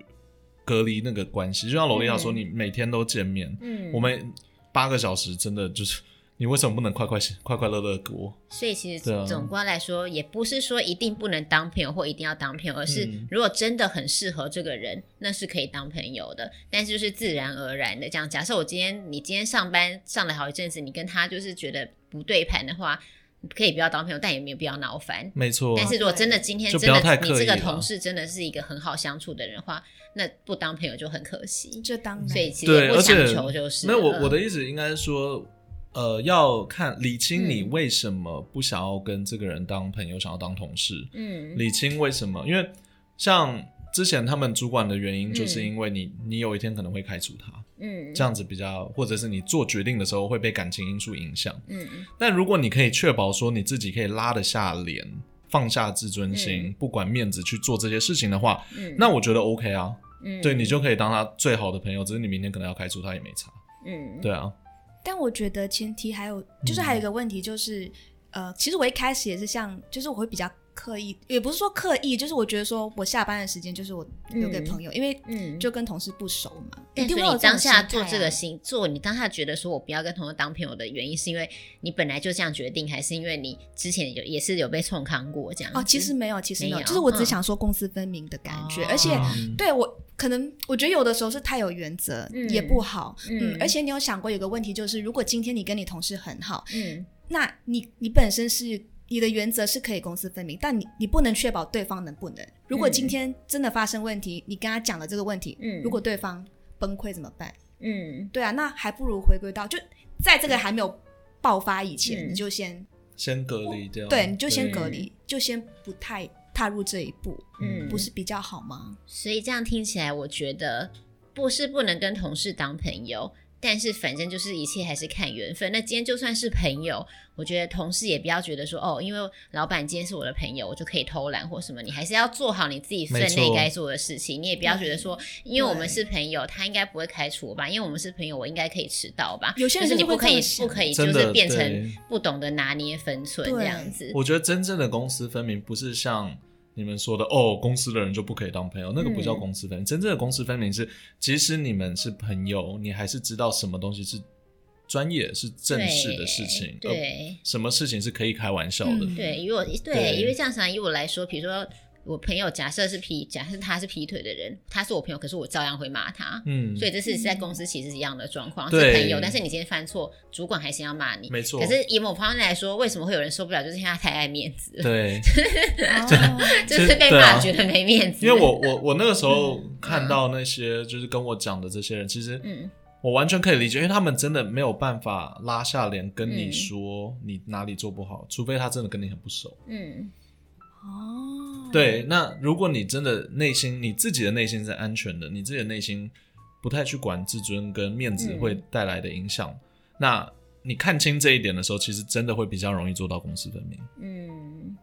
[SPEAKER 3] 隔离那个关系。就像罗莉亚说，
[SPEAKER 2] 嗯
[SPEAKER 3] 你每天都见面，
[SPEAKER 2] 嗯，
[SPEAKER 3] 我们八个小时真的就是，你为什么不能快快快快乐乐地过？
[SPEAKER 2] 所以其实
[SPEAKER 3] 对啊
[SPEAKER 2] 总观来说，也不是说一定不能当朋友或一定要当朋友，而是
[SPEAKER 3] 嗯
[SPEAKER 2] 如果真的很适合这个人，那是可以当朋友的。但是就是自然而然的这样。假设我今天你今天上班上了好一阵子，你跟他就是觉得不对盘的话，可以不要当朋友，但也没有必要闹翻。
[SPEAKER 3] 没错，啊
[SPEAKER 2] 但是如果真的今天
[SPEAKER 3] 就
[SPEAKER 2] 真
[SPEAKER 3] 不要
[SPEAKER 2] 的
[SPEAKER 3] 太
[SPEAKER 2] 你
[SPEAKER 3] 刻
[SPEAKER 2] 这
[SPEAKER 3] 意啊
[SPEAKER 2] 个
[SPEAKER 3] 了
[SPEAKER 2] 同事真的是一个很好相处的人的话，那不当朋友就很可惜。
[SPEAKER 1] 这当然。
[SPEAKER 2] 所以其实
[SPEAKER 3] 对，
[SPEAKER 2] 也不
[SPEAKER 3] 而
[SPEAKER 2] 强
[SPEAKER 3] 且
[SPEAKER 2] 求就是嗯
[SPEAKER 3] 没有我
[SPEAKER 2] 了
[SPEAKER 3] 我的意思应该是说，呃，要看理清你
[SPEAKER 2] 嗯
[SPEAKER 3] 为什么不想要跟这个人当朋友，想要当同事，
[SPEAKER 2] 嗯
[SPEAKER 3] 理清为什么，因为像。之前他们主管的原因，就是
[SPEAKER 2] 嗯
[SPEAKER 3] 因为你，你有一天可能会开除他，
[SPEAKER 2] 嗯
[SPEAKER 3] 这样子比较，或者是你做决定的时候会被感情因素影响。
[SPEAKER 2] 嗯
[SPEAKER 3] 但如果你可以确保说你自己可以拉得下脸，放下自尊心，
[SPEAKER 2] 嗯
[SPEAKER 3] 不管面子去做这些事情的话，
[SPEAKER 2] 嗯，
[SPEAKER 3] 那我觉得 OK 啊，
[SPEAKER 2] 嗯
[SPEAKER 3] 对你就可以当他最好的朋友，只是你明天可能要开除他也没差。
[SPEAKER 2] 嗯
[SPEAKER 3] 对啊，
[SPEAKER 1] 但我觉得前提还有，就是
[SPEAKER 3] 嗯
[SPEAKER 1] 还有一个问题就是，呃，其实我一开始也是像，就是我会比较刻意，也不是说刻意，就是我觉得说我下班的时间就是我留给朋友，因为
[SPEAKER 2] 嗯
[SPEAKER 1] 就跟同事不熟嘛，一
[SPEAKER 2] 但
[SPEAKER 1] 定
[SPEAKER 2] 所
[SPEAKER 1] 会
[SPEAKER 2] 以
[SPEAKER 1] 有
[SPEAKER 2] 你当下
[SPEAKER 1] 种
[SPEAKER 2] 做
[SPEAKER 1] 心态
[SPEAKER 2] 这
[SPEAKER 1] 啊
[SPEAKER 2] 个行做，你当下觉得说我不要跟同事当朋友的原因，是因为你本来就这样决定，还是因为你之前有也是有被冲康过这样子？
[SPEAKER 1] 哦，其实没有，其实没有，
[SPEAKER 2] 没有
[SPEAKER 1] 就是我只
[SPEAKER 2] 嗯
[SPEAKER 1] 想说公私分明的感觉，
[SPEAKER 2] 哦
[SPEAKER 1] 而且
[SPEAKER 3] 嗯
[SPEAKER 1] 对我可能我觉得有的时候是太有原则、
[SPEAKER 2] 嗯
[SPEAKER 1] 也不好，嗯
[SPEAKER 2] 嗯，
[SPEAKER 1] 而且你有想过有个问题就是，如果今天你跟你同事很好，
[SPEAKER 2] 嗯
[SPEAKER 1] 那你你本身是你的原则是可以公私分明，但你你不能确保对方能不能。如果今天真的发生问题，你跟他讲了这个问题，
[SPEAKER 2] 嗯
[SPEAKER 1] 如果对方崩溃怎么办？
[SPEAKER 2] 嗯
[SPEAKER 1] 对啊，那还不如回归到就在这个还没有爆发以前，
[SPEAKER 2] 嗯
[SPEAKER 1] 你就先
[SPEAKER 3] 先隔离掉，
[SPEAKER 1] 对，你就先
[SPEAKER 3] 对
[SPEAKER 1] 隔离，就先不太踏入这一步，
[SPEAKER 2] 嗯，
[SPEAKER 1] 不是比较好吗？
[SPEAKER 2] 所以这样听起来，我觉得不是不能跟同事当朋友，但是反正就是一切还是看缘分。那今天就算是朋友，我觉得同事也不要觉得说哦，因为老板今天是我的朋友，我就可以偷懒或什么。你还是要做好你自己分
[SPEAKER 3] 没错
[SPEAKER 2] 内该做的事情。你也不要觉得
[SPEAKER 1] 嗯
[SPEAKER 2] 说，因为我们是朋友，他应该不会开除我吧？因为我们是朋友，我应该可以迟到吧？
[SPEAKER 1] 有些人
[SPEAKER 2] 就是你
[SPEAKER 1] 就是会
[SPEAKER 2] 不可
[SPEAKER 1] 这
[SPEAKER 2] 以
[SPEAKER 1] 样，想
[SPEAKER 2] 不可以，就
[SPEAKER 3] 真
[SPEAKER 2] 是
[SPEAKER 3] 的
[SPEAKER 2] 变成
[SPEAKER 3] 对
[SPEAKER 2] 不懂得拿捏分寸
[SPEAKER 1] 对
[SPEAKER 2] 这样子。
[SPEAKER 3] 我觉得真正的公私分明不是像你们说的哦，公司的人就不可以当朋友，那个不叫
[SPEAKER 2] 嗯
[SPEAKER 3] 公私分明。真正的公私分明是，即使你们是朋友，你还是知道什么东西是专业、是正式的事情，哦
[SPEAKER 2] 对。对
[SPEAKER 3] 而什么事情是可以开玩笑的。
[SPEAKER 1] 嗯
[SPEAKER 2] 对，以我对，
[SPEAKER 3] 对
[SPEAKER 2] 因为这样想，以我来说，比如说我朋友假设是劈，假设他是劈腿的人，他是我朋友，可是我照样会骂他。
[SPEAKER 3] 嗯，
[SPEAKER 2] 所以这是在公司其实是一样的状况，
[SPEAKER 3] 对
[SPEAKER 2] 是朋友，但是你今天犯错，主管还是要骂你。
[SPEAKER 3] 没错
[SPEAKER 2] 可是以某方面来说，为什么会有人受不了？就是因为他太爱面子了，
[SPEAKER 3] 对，
[SPEAKER 1] 哦
[SPEAKER 2] 就是
[SPEAKER 3] 其实
[SPEAKER 2] 被
[SPEAKER 3] 对
[SPEAKER 2] 骂
[SPEAKER 3] 啊
[SPEAKER 2] 觉得没面子。
[SPEAKER 3] 因为我我我那个时候看到那些就是跟我讲的这些人，其实
[SPEAKER 2] 嗯
[SPEAKER 3] 我完全可以理解，因为他们真的没有办法拉下脸跟你
[SPEAKER 2] 嗯
[SPEAKER 3] 说你哪里做不好，除非他真的跟你很不熟。
[SPEAKER 2] 嗯
[SPEAKER 1] 哦，
[SPEAKER 3] 对，那如果你真的内心你自己的内心是安全的，你自己的内心不太去管自尊跟面子
[SPEAKER 2] 嗯
[SPEAKER 3] 会带来的影响，那你看清这一点的时候，其实真的会比较容易做到公私分明。
[SPEAKER 2] 嗯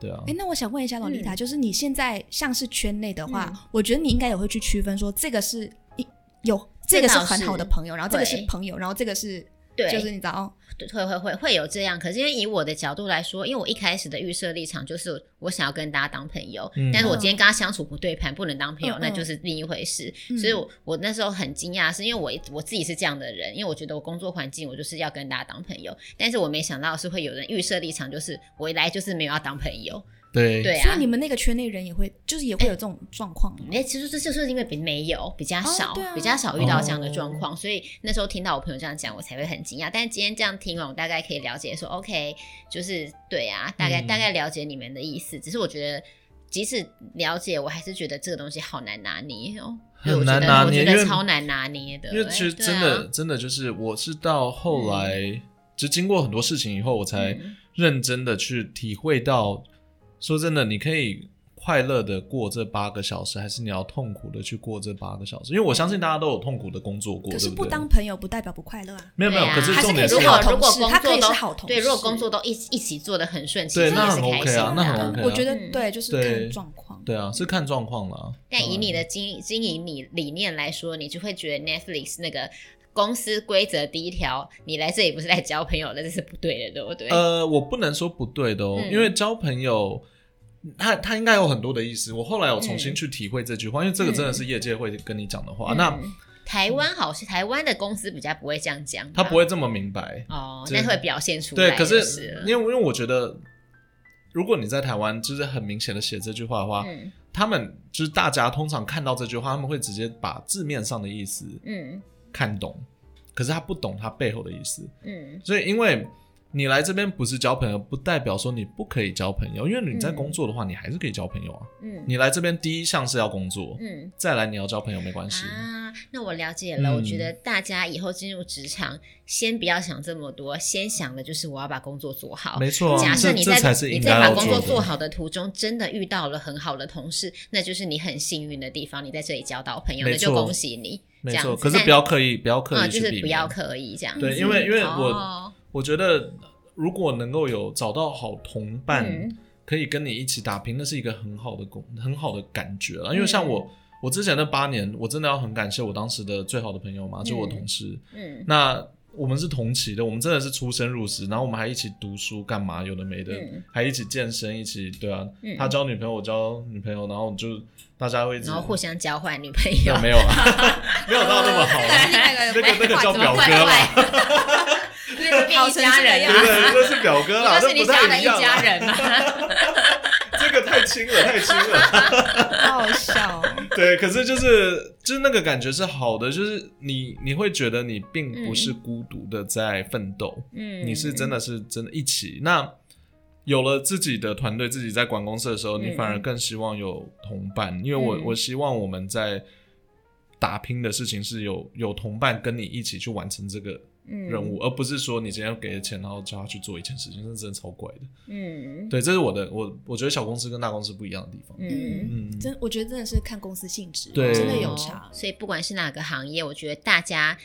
[SPEAKER 3] 对啊
[SPEAKER 1] 哎、，那我想问一下老丽塔，就是你现在像是圈内的话，
[SPEAKER 2] 嗯
[SPEAKER 1] 我觉得你应该也会去区分说这个是一有这个是很好的朋友，然后这个是
[SPEAKER 2] 对
[SPEAKER 1] 朋友，然后这个是
[SPEAKER 2] 对，
[SPEAKER 1] 就是你知道
[SPEAKER 2] 对会会会会有这样，可是因为以我的角度来说，因为我一开始的预设立场就是我想要跟大家当朋友，
[SPEAKER 3] 嗯
[SPEAKER 2] 但是我今天跟他相处不对盘，不能当朋友，
[SPEAKER 1] 嗯嗯
[SPEAKER 2] 那就是另一回事。
[SPEAKER 1] 嗯
[SPEAKER 2] 所以我我那时候很惊讶，是因为我一我自己是这样的人，因为我觉得我工作环境我就是要跟大家当朋友，但是我没想到是会有人预设立场，就是我一来就是没有要当朋友，
[SPEAKER 3] 对
[SPEAKER 2] 对啊，
[SPEAKER 1] 所以你们那个圈内人也会，就是也会有这种状况吗。
[SPEAKER 2] 哎、其实这就是因为比没有比较少、
[SPEAKER 1] 哦对啊
[SPEAKER 2] 比较少遇到这样的
[SPEAKER 3] 哦
[SPEAKER 2] 状况，所以那时候听到我朋友这样讲，我才会很惊讶。但是今天这样听完，我大概可以了解说，OK，就是对啊，大概、
[SPEAKER 3] 嗯
[SPEAKER 2] 大概了解你们的意思。只是我觉得，即使了解，我还是觉得这个东西好难拿捏哦，
[SPEAKER 3] 很
[SPEAKER 2] 对我觉得
[SPEAKER 3] 难拿捏
[SPEAKER 2] 我觉
[SPEAKER 3] 因
[SPEAKER 2] 得
[SPEAKER 3] 为
[SPEAKER 2] 超难拿捏的。
[SPEAKER 3] 因为其实
[SPEAKER 2] 对
[SPEAKER 3] 真的、
[SPEAKER 2] 啊、
[SPEAKER 3] 真的就是，我是到后来、就经过很多事情以后，我才
[SPEAKER 2] 嗯
[SPEAKER 3] 认真的去体会到，说真的，你可以快乐的过这八个小时，还是你要痛苦的去过这八个小时？因为我相信大家都有痛苦的工作过，
[SPEAKER 1] 可是
[SPEAKER 3] 对不
[SPEAKER 1] 不
[SPEAKER 3] 对
[SPEAKER 1] 当朋友不代表不快乐啊。
[SPEAKER 3] 没有没有，
[SPEAKER 2] 对啊
[SPEAKER 3] 可是
[SPEAKER 1] 还是
[SPEAKER 3] 重
[SPEAKER 1] 可以
[SPEAKER 3] 点
[SPEAKER 1] 是
[SPEAKER 2] 如
[SPEAKER 1] 好
[SPEAKER 2] 果如果
[SPEAKER 1] 同事
[SPEAKER 2] 工
[SPEAKER 1] 他可
[SPEAKER 2] 作
[SPEAKER 1] 以
[SPEAKER 2] 都
[SPEAKER 1] 是好同
[SPEAKER 2] 对，如果
[SPEAKER 1] 事
[SPEAKER 2] 工作都一起一起做的很顺其
[SPEAKER 3] 对
[SPEAKER 2] 实也
[SPEAKER 3] 那
[SPEAKER 2] 是
[SPEAKER 3] 很
[SPEAKER 2] 开
[SPEAKER 3] OK
[SPEAKER 2] 心的
[SPEAKER 3] 啊那很 OK 啊
[SPEAKER 1] 我觉得
[SPEAKER 2] 嗯
[SPEAKER 1] 对，就是
[SPEAKER 3] 对
[SPEAKER 1] 看状况。况。
[SPEAKER 3] 对啊，是看状况啦。嗯
[SPEAKER 2] 但以你
[SPEAKER 3] 的
[SPEAKER 2] 的经经营理理念来说，你就会觉得 Netflix 那个公司规则第一条，你来这里不是来交朋友的，这是不对的，对不对？
[SPEAKER 3] 呃，我不能说不对的哦，
[SPEAKER 2] 嗯
[SPEAKER 3] 因为交朋友。他他应该有很多的意思，我后来有重新去体会这句话，因为这个真的是业界会跟你讲的话，
[SPEAKER 2] 嗯
[SPEAKER 3] 那
[SPEAKER 2] 台湾好像台湾的公司比较不会这样讲吧，啊
[SPEAKER 3] 他不会这么明白。
[SPEAKER 2] 哦，
[SPEAKER 3] 这
[SPEAKER 2] 那会表现出来
[SPEAKER 3] 对，可
[SPEAKER 2] 就是了
[SPEAKER 3] 因为因为我觉得，如果你在台湾就是很明显的写这句话的话，
[SPEAKER 2] 嗯
[SPEAKER 3] 他们就是大家通常看到这句话，他们会直接把字面上的意思
[SPEAKER 2] 嗯
[SPEAKER 3] 看懂，可是他不懂他背后的意思。
[SPEAKER 2] 嗯
[SPEAKER 3] 所以，因为你来这边不是交朋友，不代表说你不可以交朋友，因为你在
[SPEAKER 2] 嗯
[SPEAKER 3] 工作的话，你还是可以交朋友啊。
[SPEAKER 2] 嗯
[SPEAKER 3] 你来这边第一项是要工作，
[SPEAKER 2] 嗯
[SPEAKER 3] 再来你要交朋友没关系。
[SPEAKER 2] 啊，那我了解了。我觉
[SPEAKER 3] 嗯
[SPEAKER 2] 得大家以后进入职场，先不要想这么多，先想的就是我要把工作做好。
[SPEAKER 3] 没错啊，
[SPEAKER 2] 哦假设
[SPEAKER 3] 这
[SPEAKER 2] 你
[SPEAKER 3] 这
[SPEAKER 2] 在
[SPEAKER 3] 才是
[SPEAKER 2] 你
[SPEAKER 3] 应
[SPEAKER 2] 在
[SPEAKER 3] 该
[SPEAKER 2] 把
[SPEAKER 3] 要
[SPEAKER 2] 工作
[SPEAKER 3] 的
[SPEAKER 2] 做。好的途中，真的遇到了很好的同事，那就是你很幸运的地方。你在这里交到朋友，
[SPEAKER 3] 没
[SPEAKER 2] 那就
[SPEAKER 3] 错
[SPEAKER 2] 恭喜你。
[SPEAKER 3] 没
[SPEAKER 2] 这样
[SPEAKER 3] 错，
[SPEAKER 2] 子
[SPEAKER 3] 可是
[SPEAKER 2] 但
[SPEAKER 3] 不要刻意，不要刻
[SPEAKER 2] 嗯，
[SPEAKER 3] 意
[SPEAKER 2] 就
[SPEAKER 3] 去
[SPEAKER 2] 是
[SPEAKER 3] 避免。
[SPEAKER 2] 不要刻意这样子。
[SPEAKER 3] 对因为因为我
[SPEAKER 2] 哦
[SPEAKER 3] 我觉得如果能够有找到好同伴，
[SPEAKER 2] 嗯
[SPEAKER 3] 可以跟你一起打拼，那是一个很好的工，很好的感觉啊了。因
[SPEAKER 2] 嗯
[SPEAKER 3] 为像我，我之前那八年，我真的要很感谢我当时的最好的朋友嘛，就我同事。
[SPEAKER 2] 嗯
[SPEAKER 3] 那我们是同期的，我们真的是出生入死，然后我们还一起读书，干嘛有的没的，
[SPEAKER 2] 嗯
[SPEAKER 3] 还一起健身，一起对啊。
[SPEAKER 2] 嗯
[SPEAKER 3] 他交女朋友，我交女朋友，然后就大家会一直
[SPEAKER 2] 然后互相交换女朋
[SPEAKER 3] 没
[SPEAKER 2] 友
[SPEAKER 3] 有。没有啊， 没有到那么好 啊。
[SPEAKER 1] 那
[SPEAKER 3] 那个那个叫表哥嘛，
[SPEAKER 2] 吧，那个变一家人
[SPEAKER 3] 对不
[SPEAKER 2] 啊，
[SPEAKER 3] 对？那是表哥啦，
[SPEAKER 2] 那是
[SPEAKER 3] 这
[SPEAKER 2] 你
[SPEAKER 3] 不
[SPEAKER 2] 家的
[SPEAKER 3] 太
[SPEAKER 2] 一
[SPEAKER 3] 一样
[SPEAKER 2] 家
[SPEAKER 3] 啊。
[SPEAKER 2] 人嘛。
[SPEAKER 3] 这个太轻了，太轻 了。
[SPEAKER 1] 好笑哦。
[SPEAKER 3] 对，可是就是就是那个感觉是好的，就是你你会觉得你并不是孤独的在奋斗，
[SPEAKER 2] 嗯
[SPEAKER 3] 你是真的是真的一起。那有了自己的团队，自己在管公司的时候，
[SPEAKER 2] 嗯
[SPEAKER 3] 你反而更希望有同伴，因为我、
[SPEAKER 2] 嗯
[SPEAKER 3] 我希望我们在打拼的事情是有有同伴跟你一起去完成这个
[SPEAKER 2] 嗯
[SPEAKER 3] 任务，而不是说你今天给了钱然后叫他去做一件事情，那真的超怪的。
[SPEAKER 2] 嗯
[SPEAKER 3] 对，这是我的我我觉得小公司跟大公司不一样的地方。
[SPEAKER 2] 嗯。
[SPEAKER 3] 嗯，
[SPEAKER 1] 真，我觉得真的是看公司性质，哦
[SPEAKER 3] 对
[SPEAKER 1] 真的有差。
[SPEAKER 2] 所以不管是哪个行业，我觉得大家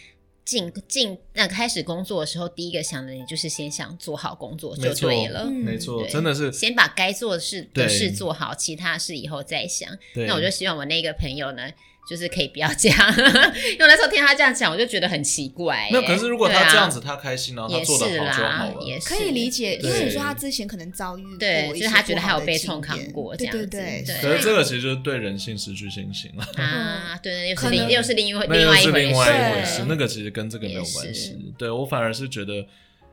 [SPEAKER 2] 进进那开始工作的时候，第一个想的你就是先想做好工作就
[SPEAKER 3] 没错
[SPEAKER 2] 对了。
[SPEAKER 1] 嗯
[SPEAKER 3] 没错，
[SPEAKER 2] 对
[SPEAKER 3] 真的是
[SPEAKER 2] 先把该做的事的
[SPEAKER 3] 对
[SPEAKER 2] 事做好，其他事以后再想。
[SPEAKER 3] 对。
[SPEAKER 2] 那我就希望我那个朋友呢，就是可以不要这样，因为我那时候听他这样讲，我就觉得很奇怪耶、欸
[SPEAKER 3] 没有，可是如果他这样子，
[SPEAKER 2] 对
[SPEAKER 3] 他开心，然
[SPEAKER 2] 啊，
[SPEAKER 3] 后他
[SPEAKER 2] 也
[SPEAKER 3] 做得
[SPEAKER 2] 是
[SPEAKER 3] 好就
[SPEAKER 2] 啦
[SPEAKER 3] 好，了。
[SPEAKER 2] 也是
[SPEAKER 1] 可以理解，因
[SPEAKER 3] 对
[SPEAKER 1] 为你说他之前可能遭遇过
[SPEAKER 2] 对
[SPEAKER 1] 一些
[SPEAKER 2] 就是他觉得
[SPEAKER 1] 不好
[SPEAKER 2] 他
[SPEAKER 1] 的
[SPEAKER 2] 有被
[SPEAKER 1] 经验
[SPEAKER 2] 冲扛过这
[SPEAKER 1] 对
[SPEAKER 2] 样子
[SPEAKER 1] 对对，
[SPEAKER 2] 对
[SPEAKER 3] 可是这个其实就是对人性失去信心了，
[SPEAKER 2] 啊，对对，又是
[SPEAKER 1] 可
[SPEAKER 2] 另
[SPEAKER 1] 能
[SPEAKER 2] 又是另外
[SPEAKER 3] 那又
[SPEAKER 2] 外
[SPEAKER 3] 是另外一
[SPEAKER 2] 回
[SPEAKER 3] 回
[SPEAKER 2] 事
[SPEAKER 3] 事
[SPEAKER 1] 对。
[SPEAKER 3] 那个其实跟这个没有关系。对我反而是觉得，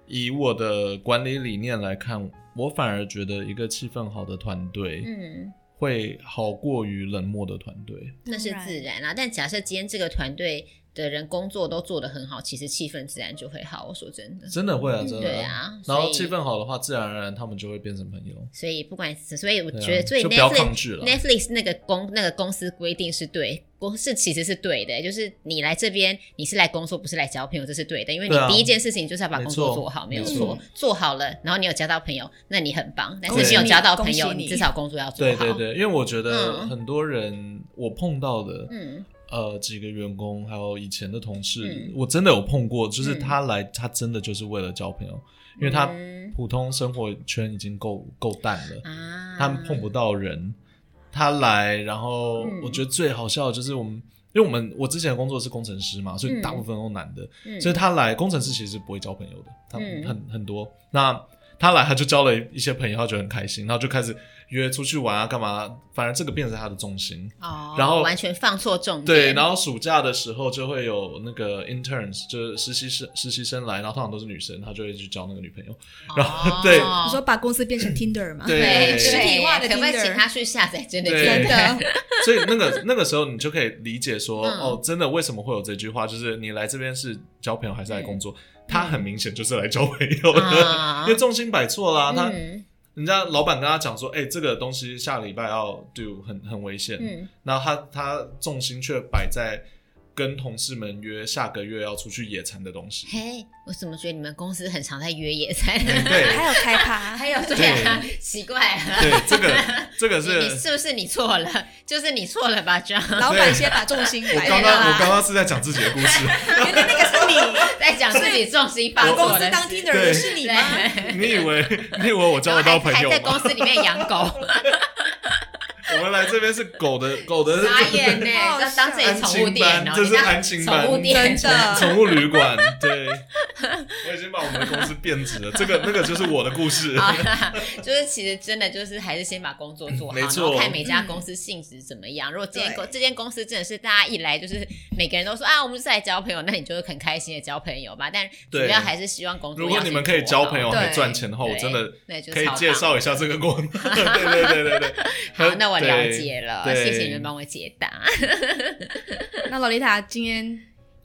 [SPEAKER 3] 以我的管理理念来看，我反而觉得一个气氛好的团队
[SPEAKER 2] 嗯，
[SPEAKER 3] 会好过于冷漠的团队。
[SPEAKER 2] 那是自然啦、但假设今天这个团队的人工作都做得很好，其实气氛自然就会好。我说真的，
[SPEAKER 3] 真的会啊，真的。
[SPEAKER 2] 对啊
[SPEAKER 3] 然
[SPEAKER 2] 所
[SPEAKER 3] 后
[SPEAKER 2] 以
[SPEAKER 3] 气氛好的话，自然而然他们就会变成朋友。
[SPEAKER 2] 所以不管是，所以我
[SPEAKER 3] 对啊
[SPEAKER 2] 觉得，所以
[SPEAKER 3] 就不要
[SPEAKER 2] Netflix
[SPEAKER 3] 抗拒了
[SPEAKER 2] Netflix 那个公那个公司规定是对，公是其实是对的，就是你来这边你是来工作，不是来交朋友，这是对的，因为你
[SPEAKER 3] 对啊
[SPEAKER 2] 第一件事情就是要把工作
[SPEAKER 3] 没错
[SPEAKER 2] 做好，没有
[SPEAKER 1] 没
[SPEAKER 2] 错
[SPEAKER 1] 错，
[SPEAKER 2] 做好了，然后你有交到朋友，那你很棒，但是
[SPEAKER 3] 恭
[SPEAKER 2] 没
[SPEAKER 3] 喜
[SPEAKER 2] 有
[SPEAKER 3] 你
[SPEAKER 2] 交到
[SPEAKER 1] 恭
[SPEAKER 2] 朋友，
[SPEAKER 1] 喜
[SPEAKER 2] 你
[SPEAKER 1] 你
[SPEAKER 2] 至少工作要做
[SPEAKER 3] 对
[SPEAKER 2] 好，
[SPEAKER 3] 对对，因为我觉得
[SPEAKER 2] 嗯
[SPEAKER 3] 很多人我碰到的，
[SPEAKER 2] 嗯
[SPEAKER 3] 呃，几个员工还有以前的同事
[SPEAKER 2] 嗯，
[SPEAKER 3] 我真的有碰过，就是
[SPEAKER 2] 嗯
[SPEAKER 3] 他来，他真的就是为了交朋友，因为他
[SPEAKER 2] 嗯
[SPEAKER 3] 普通生活圈已经够够淡了，
[SPEAKER 2] 啊，
[SPEAKER 3] 他碰不到人，他来，然后
[SPEAKER 2] 嗯
[SPEAKER 3] 我觉得最好笑的就是我们。因为我们我之前的工作是工程师嘛，所以大部分都男的，
[SPEAKER 2] 嗯
[SPEAKER 3] 所以他来工程师其实是不会交朋友的，他
[SPEAKER 2] 嗯
[SPEAKER 3] 很、很多。那他来他就交了一些朋友，他觉得很开心，然后就开始约出去玩啊，干嘛？反而这个变成他的重心。
[SPEAKER 2] 哦，
[SPEAKER 3] 然后
[SPEAKER 2] 完全放错重点，
[SPEAKER 3] 对，然后暑假的时候就会有那个 interns，就是实习生实习生来，然后通常都是女生，她就会去交那个女朋友。然
[SPEAKER 2] 哦
[SPEAKER 3] 后对
[SPEAKER 1] 你说把公司变成 Tinder 嘛？
[SPEAKER 3] 对
[SPEAKER 2] 对，
[SPEAKER 3] 对
[SPEAKER 1] 实体化的
[SPEAKER 2] 可不可以请
[SPEAKER 1] Tinder，
[SPEAKER 2] 他去下载真的
[SPEAKER 3] 对
[SPEAKER 1] 真
[SPEAKER 2] 真
[SPEAKER 1] 的。
[SPEAKER 3] 所以那个那个时候你就可以理解说，
[SPEAKER 2] 嗯
[SPEAKER 3] 哦，真的为什么会有这句话，就是你来这边是交朋友还是来工作？他很明显就是来交朋友的，
[SPEAKER 2] 嗯啊
[SPEAKER 3] 因为重心摆错啦、他
[SPEAKER 2] 嗯
[SPEAKER 3] 人家老板跟他讲说，哎、这个东西下礼拜要 do 很很危险，
[SPEAKER 2] 嗯
[SPEAKER 3] 然后他他重心却摆在跟同事们约下个月要出去野餐的 东西。
[SPEAKER 2] 嘿，我怎么觉得你们公司很常在约野餐？
[SPEAKER 3] 对
[SPEAKER 1] 还有开趴，
[SPEAKER 2] 还有对啊，奇怪啊，
[SPEAKER 3] 对，这个这个
[SPEAKER 2] 你 你
[SPEAKER 3] 是
[SPEAKER 2] 是不是你错了？就是你错了吧，John？
[SPEAKER 1] 老板先把重心
[SPEAKER 3] 我
[SPEAKER 1] 摆
[SPEAKER 3] 刚
[SPEAKER 1] 在
[SPEAKER 3] 刚
[SPEAKER 2] 啊
[SPEAKER 1] 那
[SPEAKER 3] 我刚刚是在讲自己的故 事，
[SPEAKER 1] 原 来那个是你，
[SPEAKER 2] 在讲自己重心
[SPEAKER 1] 把
[SPEAKER 2] 放
[SPEAKER 1] 公
[SPEAKER 2] 错
[SPEAKER 1] 司
[SPEAKER 2] 了，
[SPEAKER 1] 当 Tinder 的是你
[SPEAKER 2] 对，
[SPEAKER 1] 吗？
[SPEAKER 2] 然
[SPEAKER 3] 你以为你以为我交
[SPEAKER 2] 后
[SPEAKER 3] 得
[SPEAKER 2] 还
[SPEAKER 3] 到朋
[SPEAKER 2] 还
[SPEAKER 3] 友
[SPEAKER 2] 在公
[SPEAKER 3] 吗？
[SPEAKER 2] 司里面养狗，
[SPEAKER 3] 我们来这边是狗的狗的
[SPEAKER 2] 傻眼呢、
[SPEAKER 1] 好
[SPEAKER 2] 要当自己宠物店哦，
[SPEAKER 3] 安亲班这是
[SPEAKER 2] 你当
[SPEAKER 3] 安亲班
[SPEAKER 2] 宠物店
[SPEAKER 1] 真的
[SPEAKER 3] 宠物 旅馆，对，我已经把我们的公司变质了。这 个那个就是我的故 事。
[SPEAKER 2] 啊， 就是其实真的就是还是先把工作做好，
[SPEAKER 3] 没
[SPEAKER 2] 然后
[SPEAKER 3] 错
[SPEAKER 2] 看每家公司性质怎么样。如果这间公
[SPEAKER 1] 嗯对
[SPEAKER 2] 这间公司真的是大家一来就是每个人都说啊，我们就是来交朋友，那你就是很开心的交朋友吧。但主
[SPEAKER 3] 对
[SPEAKER 2] 要还是希望工作
[SPEAKER 3] 如
[SPEAKER 2] 要
[SPEAKER 3] 果
[SPEAKER 2] 去做好。
[SPEAKER 3] 你们可以交朋友
[SPEAKER 1] 对
[SPEAKER 3] 还赚钱的话，我
[SPEAKER 2] 对
[SPEAKER 3] 真的
[SPEAKER 2] 那就是
[SPEAKER 3] 可以
[SPEAKER 2] 超棒
[SPEAKER 3] 介。绍一下这个过程。对 对对对对，
[SPEAKER 2] 好，那我了
[SPEAKER 3] 对
[SPEAKER 2] 解了，
[SPEAKER 3] 对
[SPEAKER 2] 谢谢你们帮我解答。
[SPEAKER 1] 那洛丽塔今天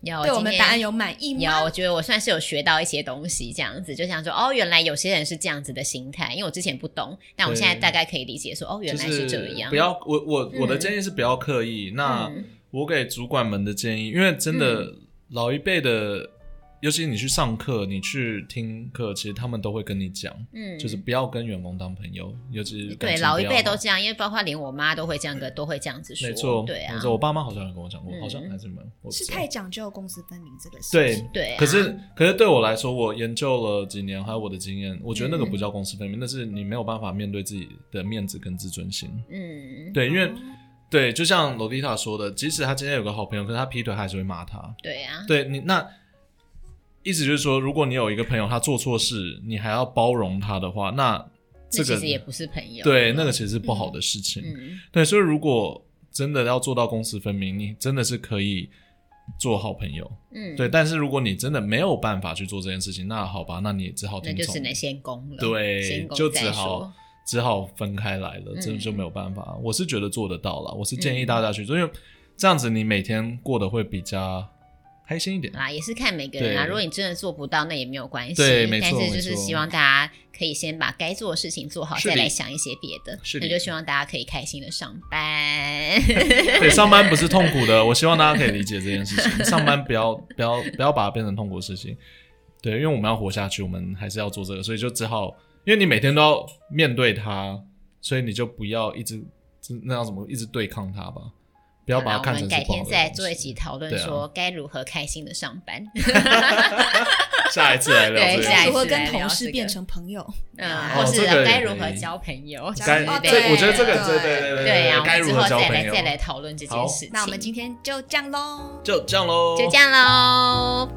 [SPEAKER 2] 有
[SPEAKER 1] 对我
[SPEAKER 2] 哦今
[SPEAKER 1] 们
[SPEAKER 2] 天
[SPEAKER 1] 答案有满意
[SPEAKER 2] 有，
[SPEAKER 1] 吗？
[SPEAKER 2] 我觉得我算是有学到一些东西，这样子就想说，哦，原来有些人是这样子的心态，因为我之前不懂，但我现在
[SPEAKER 3] 对
[SPEAKER 2] 大概可以理解说，哦，原来
[SPEAKER 3] 就是
[SPEAKER 2] 这样。
[SPEAKER 3] 不要我我我的
[SPEAKER 2] 嗯
[SPEAKER 3] 建议是不要刻意。那
[SPEAKER 2] 嗯
[SPEAKER 3] 我给主管们的建议，因为真的老一辈的，尤其你去上课、你去听课，其实他们都会跟你讲，
[SPEAKER 2] 嗯
[SPEAKER 3] 就是不要跟员工当朋友，尤其是感
[SPEAKER 2] 对
[SPEAKER 3] 情
[SPEAKER 2] 老一
[SPEAKER 3] 不要
[SPEAKER 2] 辈
[SPEAKER 3] 嘛
[SPEAKER 2] 都这样，因为包括连我妈都会这样个，都会这样子说。
[SPEAKER 3] 没错，
[SPEAKER 2] 对啊
[SPEAKER 3] 没，错。我爸妈好像有跟我讲过，
[SPEAKER 2] 嗯
[SPEAKER 3] 好像还是没有，我不
[SPEAKER 1] 是
[SPEAKER 3] 知道
[SPEAKER 1] 太讲究公私分明这个事
[SPEAKER 3] 对
[SPEAKER 1] 情。
[SPEAKER 2] 对啊。
[SPEAKER 3] 可是，可是对我来说，我研究了几年，还有我的经验，我觉得那个
[SPEAKER 2] 嗯
[SPEAKER 3] 不叫公私分明，那是你没有办法面对自己的面子跟自尊心。
[SPEAKER 2] 嗯，
[SPEAKER 3] 对，因为、
[SPEAKER 1] 哦
[SPEAKER 3] 对，就像罗丽塔说的，即使她今天有个好朋友，可是她劈腿，她还是会骂他。
[SPEAKER 2] 对啊，
[SPEAKER 3] 对你，那意思就是说，如果你有一个朋友他做错事，你还要包容他的话，那这
[SPEAKER 2] 那其
[SPEAKER 3] 个
[SPEAKER 2] 实也不是朋友。
[SPEAKER 3] 对那个其实是不好的事情。
[SPEAKER 2] 嗯，
[SPEAKER 3] 对，所以如果真的要做到公私分明，你真的是可以做好朋友。
[SPEAKER 2] 嗯嗯，
[SPEAKER 3] 对，，但是如果你真的没有办法去做这件事情，那好吧，那你也只好
[SPEAKER 2] 那
[SPEAKER 3] 听
[SPEAKER 2] 就
[SPEAKER 3] 从
[SPEAKER 2] 只，能先攻了。
[SPEAKER 3] 对
[SPEAKER 2] 先攻
[SPEAKER 3] 就
[SPEAKER 2] 再
[SPEAKER 3] 只好
[SPEAKER 2] 说
[SPEAKER 3] 只好分开来了，真的就
[SPEAKER 2] 嗯
[SPEAKER 3] 没有办法。我是觉得做得到啦，我是建议
[SPEAKER 2] 嗯
[SPEAKER 3] 大家去做，因为这样子你每天过得会比较开心一点。
[SPEAKER 2] 啦，也是看每个人啊。
[SPEAKER 3] 对
[SPEAKER 2] 如果你真的做不到，那也没有关系。
[SPEAKER 3] 对没
[SPEAKER 2] 但
[SPEAKER 3] 错
[SPEAKER 2] 是就
[SPEAKER 3] 没
[SPEAKER 2] 是
[SPEAKER 3] 错
[SPEAKER 2] 希望大家可以先把该做的事情做好，
[SPEAKER 3] 是
[SPEAKER 2] 再
[SPEAKER 3] 的
[SPEAKER 2] 来想一些别的。
[SPEAKER 3] 是的
[SPEAKER 2] 那就希望大家可以开心的上班。
[SPEAKER 3] 对，上班不是痛苦的，我希望大家可以理解这件事情。上班不要不要不要把它变成痛苦的事情，对，因为我们要活下去，我们还是要做这个，所以就只好，因为你每天都要面对它，所以你就不要一直那叫什么，一直对抗它吧，不要把它
[SPEAKER 2] 好啦
[SPEAKER 3] 看
[SPEAKER 2] 我
[SPEAKER 3] 成
[SPEAKER 2] 们
[SPEAKER 3] 是
[SPEAKER 2] 改
[SPEAKER 3] 不好
[SPEAKER 2] 天
[SPEAKER 3] 的
[SPEAKER 2] 再
[SPEAKER 3] 东
[SPEAKER 2] 做一
[SPEAKER 3] 西
[SPEAKER 2] 集讨论，
[SPEAKER 3] 对啊
[SPEAKER 2] 说该如何开心的上班。
[SPEAKER 3] 下一次来聊
[SPEAKER 2] 对
[SPEAKER 3] 这个
[SPEAKER 2] 下一
[SPEAKER 1] 该
[SPEAKER 2] 次
[SPEAKER 1] 如何
[SPEAKER 2] 来
[SPEAKER 1] 跟
[SPEAKER 2] 聊
[SPEAKER 1] 同
[SPEAKER 2] 这
[SPEAKER 1] 事
[SPEAKER 2] 个
[SPEAKER 1] 变成朋友？
[SPEAKER 2] 嗯，
[SPEAKER 1] 哦
[SPEAKER 2] 或是
[SPEAKER 3] 啊这个也
[SPEAKER 2] 该如何
[SPEAKER 3] 可以
[SPEAKER 2] 交朋友之
[SPEAKER 3] 该
[SPEAKER 2] 类的，
[SPEAKER 1] 哦
[SPEAKER 3] 这，我觉得这个
[SPEAKER 1] 对
[SPEAKER 3] 对对对
[SPEAKER 2] 对呀，我
[SPEAKER 3] 该
[SPEAKER 2] 们
[SPEAKER 3] 如
[SPEAKER 2] 之
[SPEAKER 3] 何
[SPEAKER 2] 后
[SPEAKER 3] 交
[SPEAKER 2] 再
[SPEAKER 3] 朋
[SPEAKER 2] 来
[SPEAKER 3] 友，
[SPEAKER 2] 再来讨论这件
[SPEAKER 3] 好
[SPEAKER 2] 事情。
[SPEAKER 1] 那我们今天就这样喽。
[SPEAKER 3] 就这样喽，
[SPEAKER 2] 就这样喽，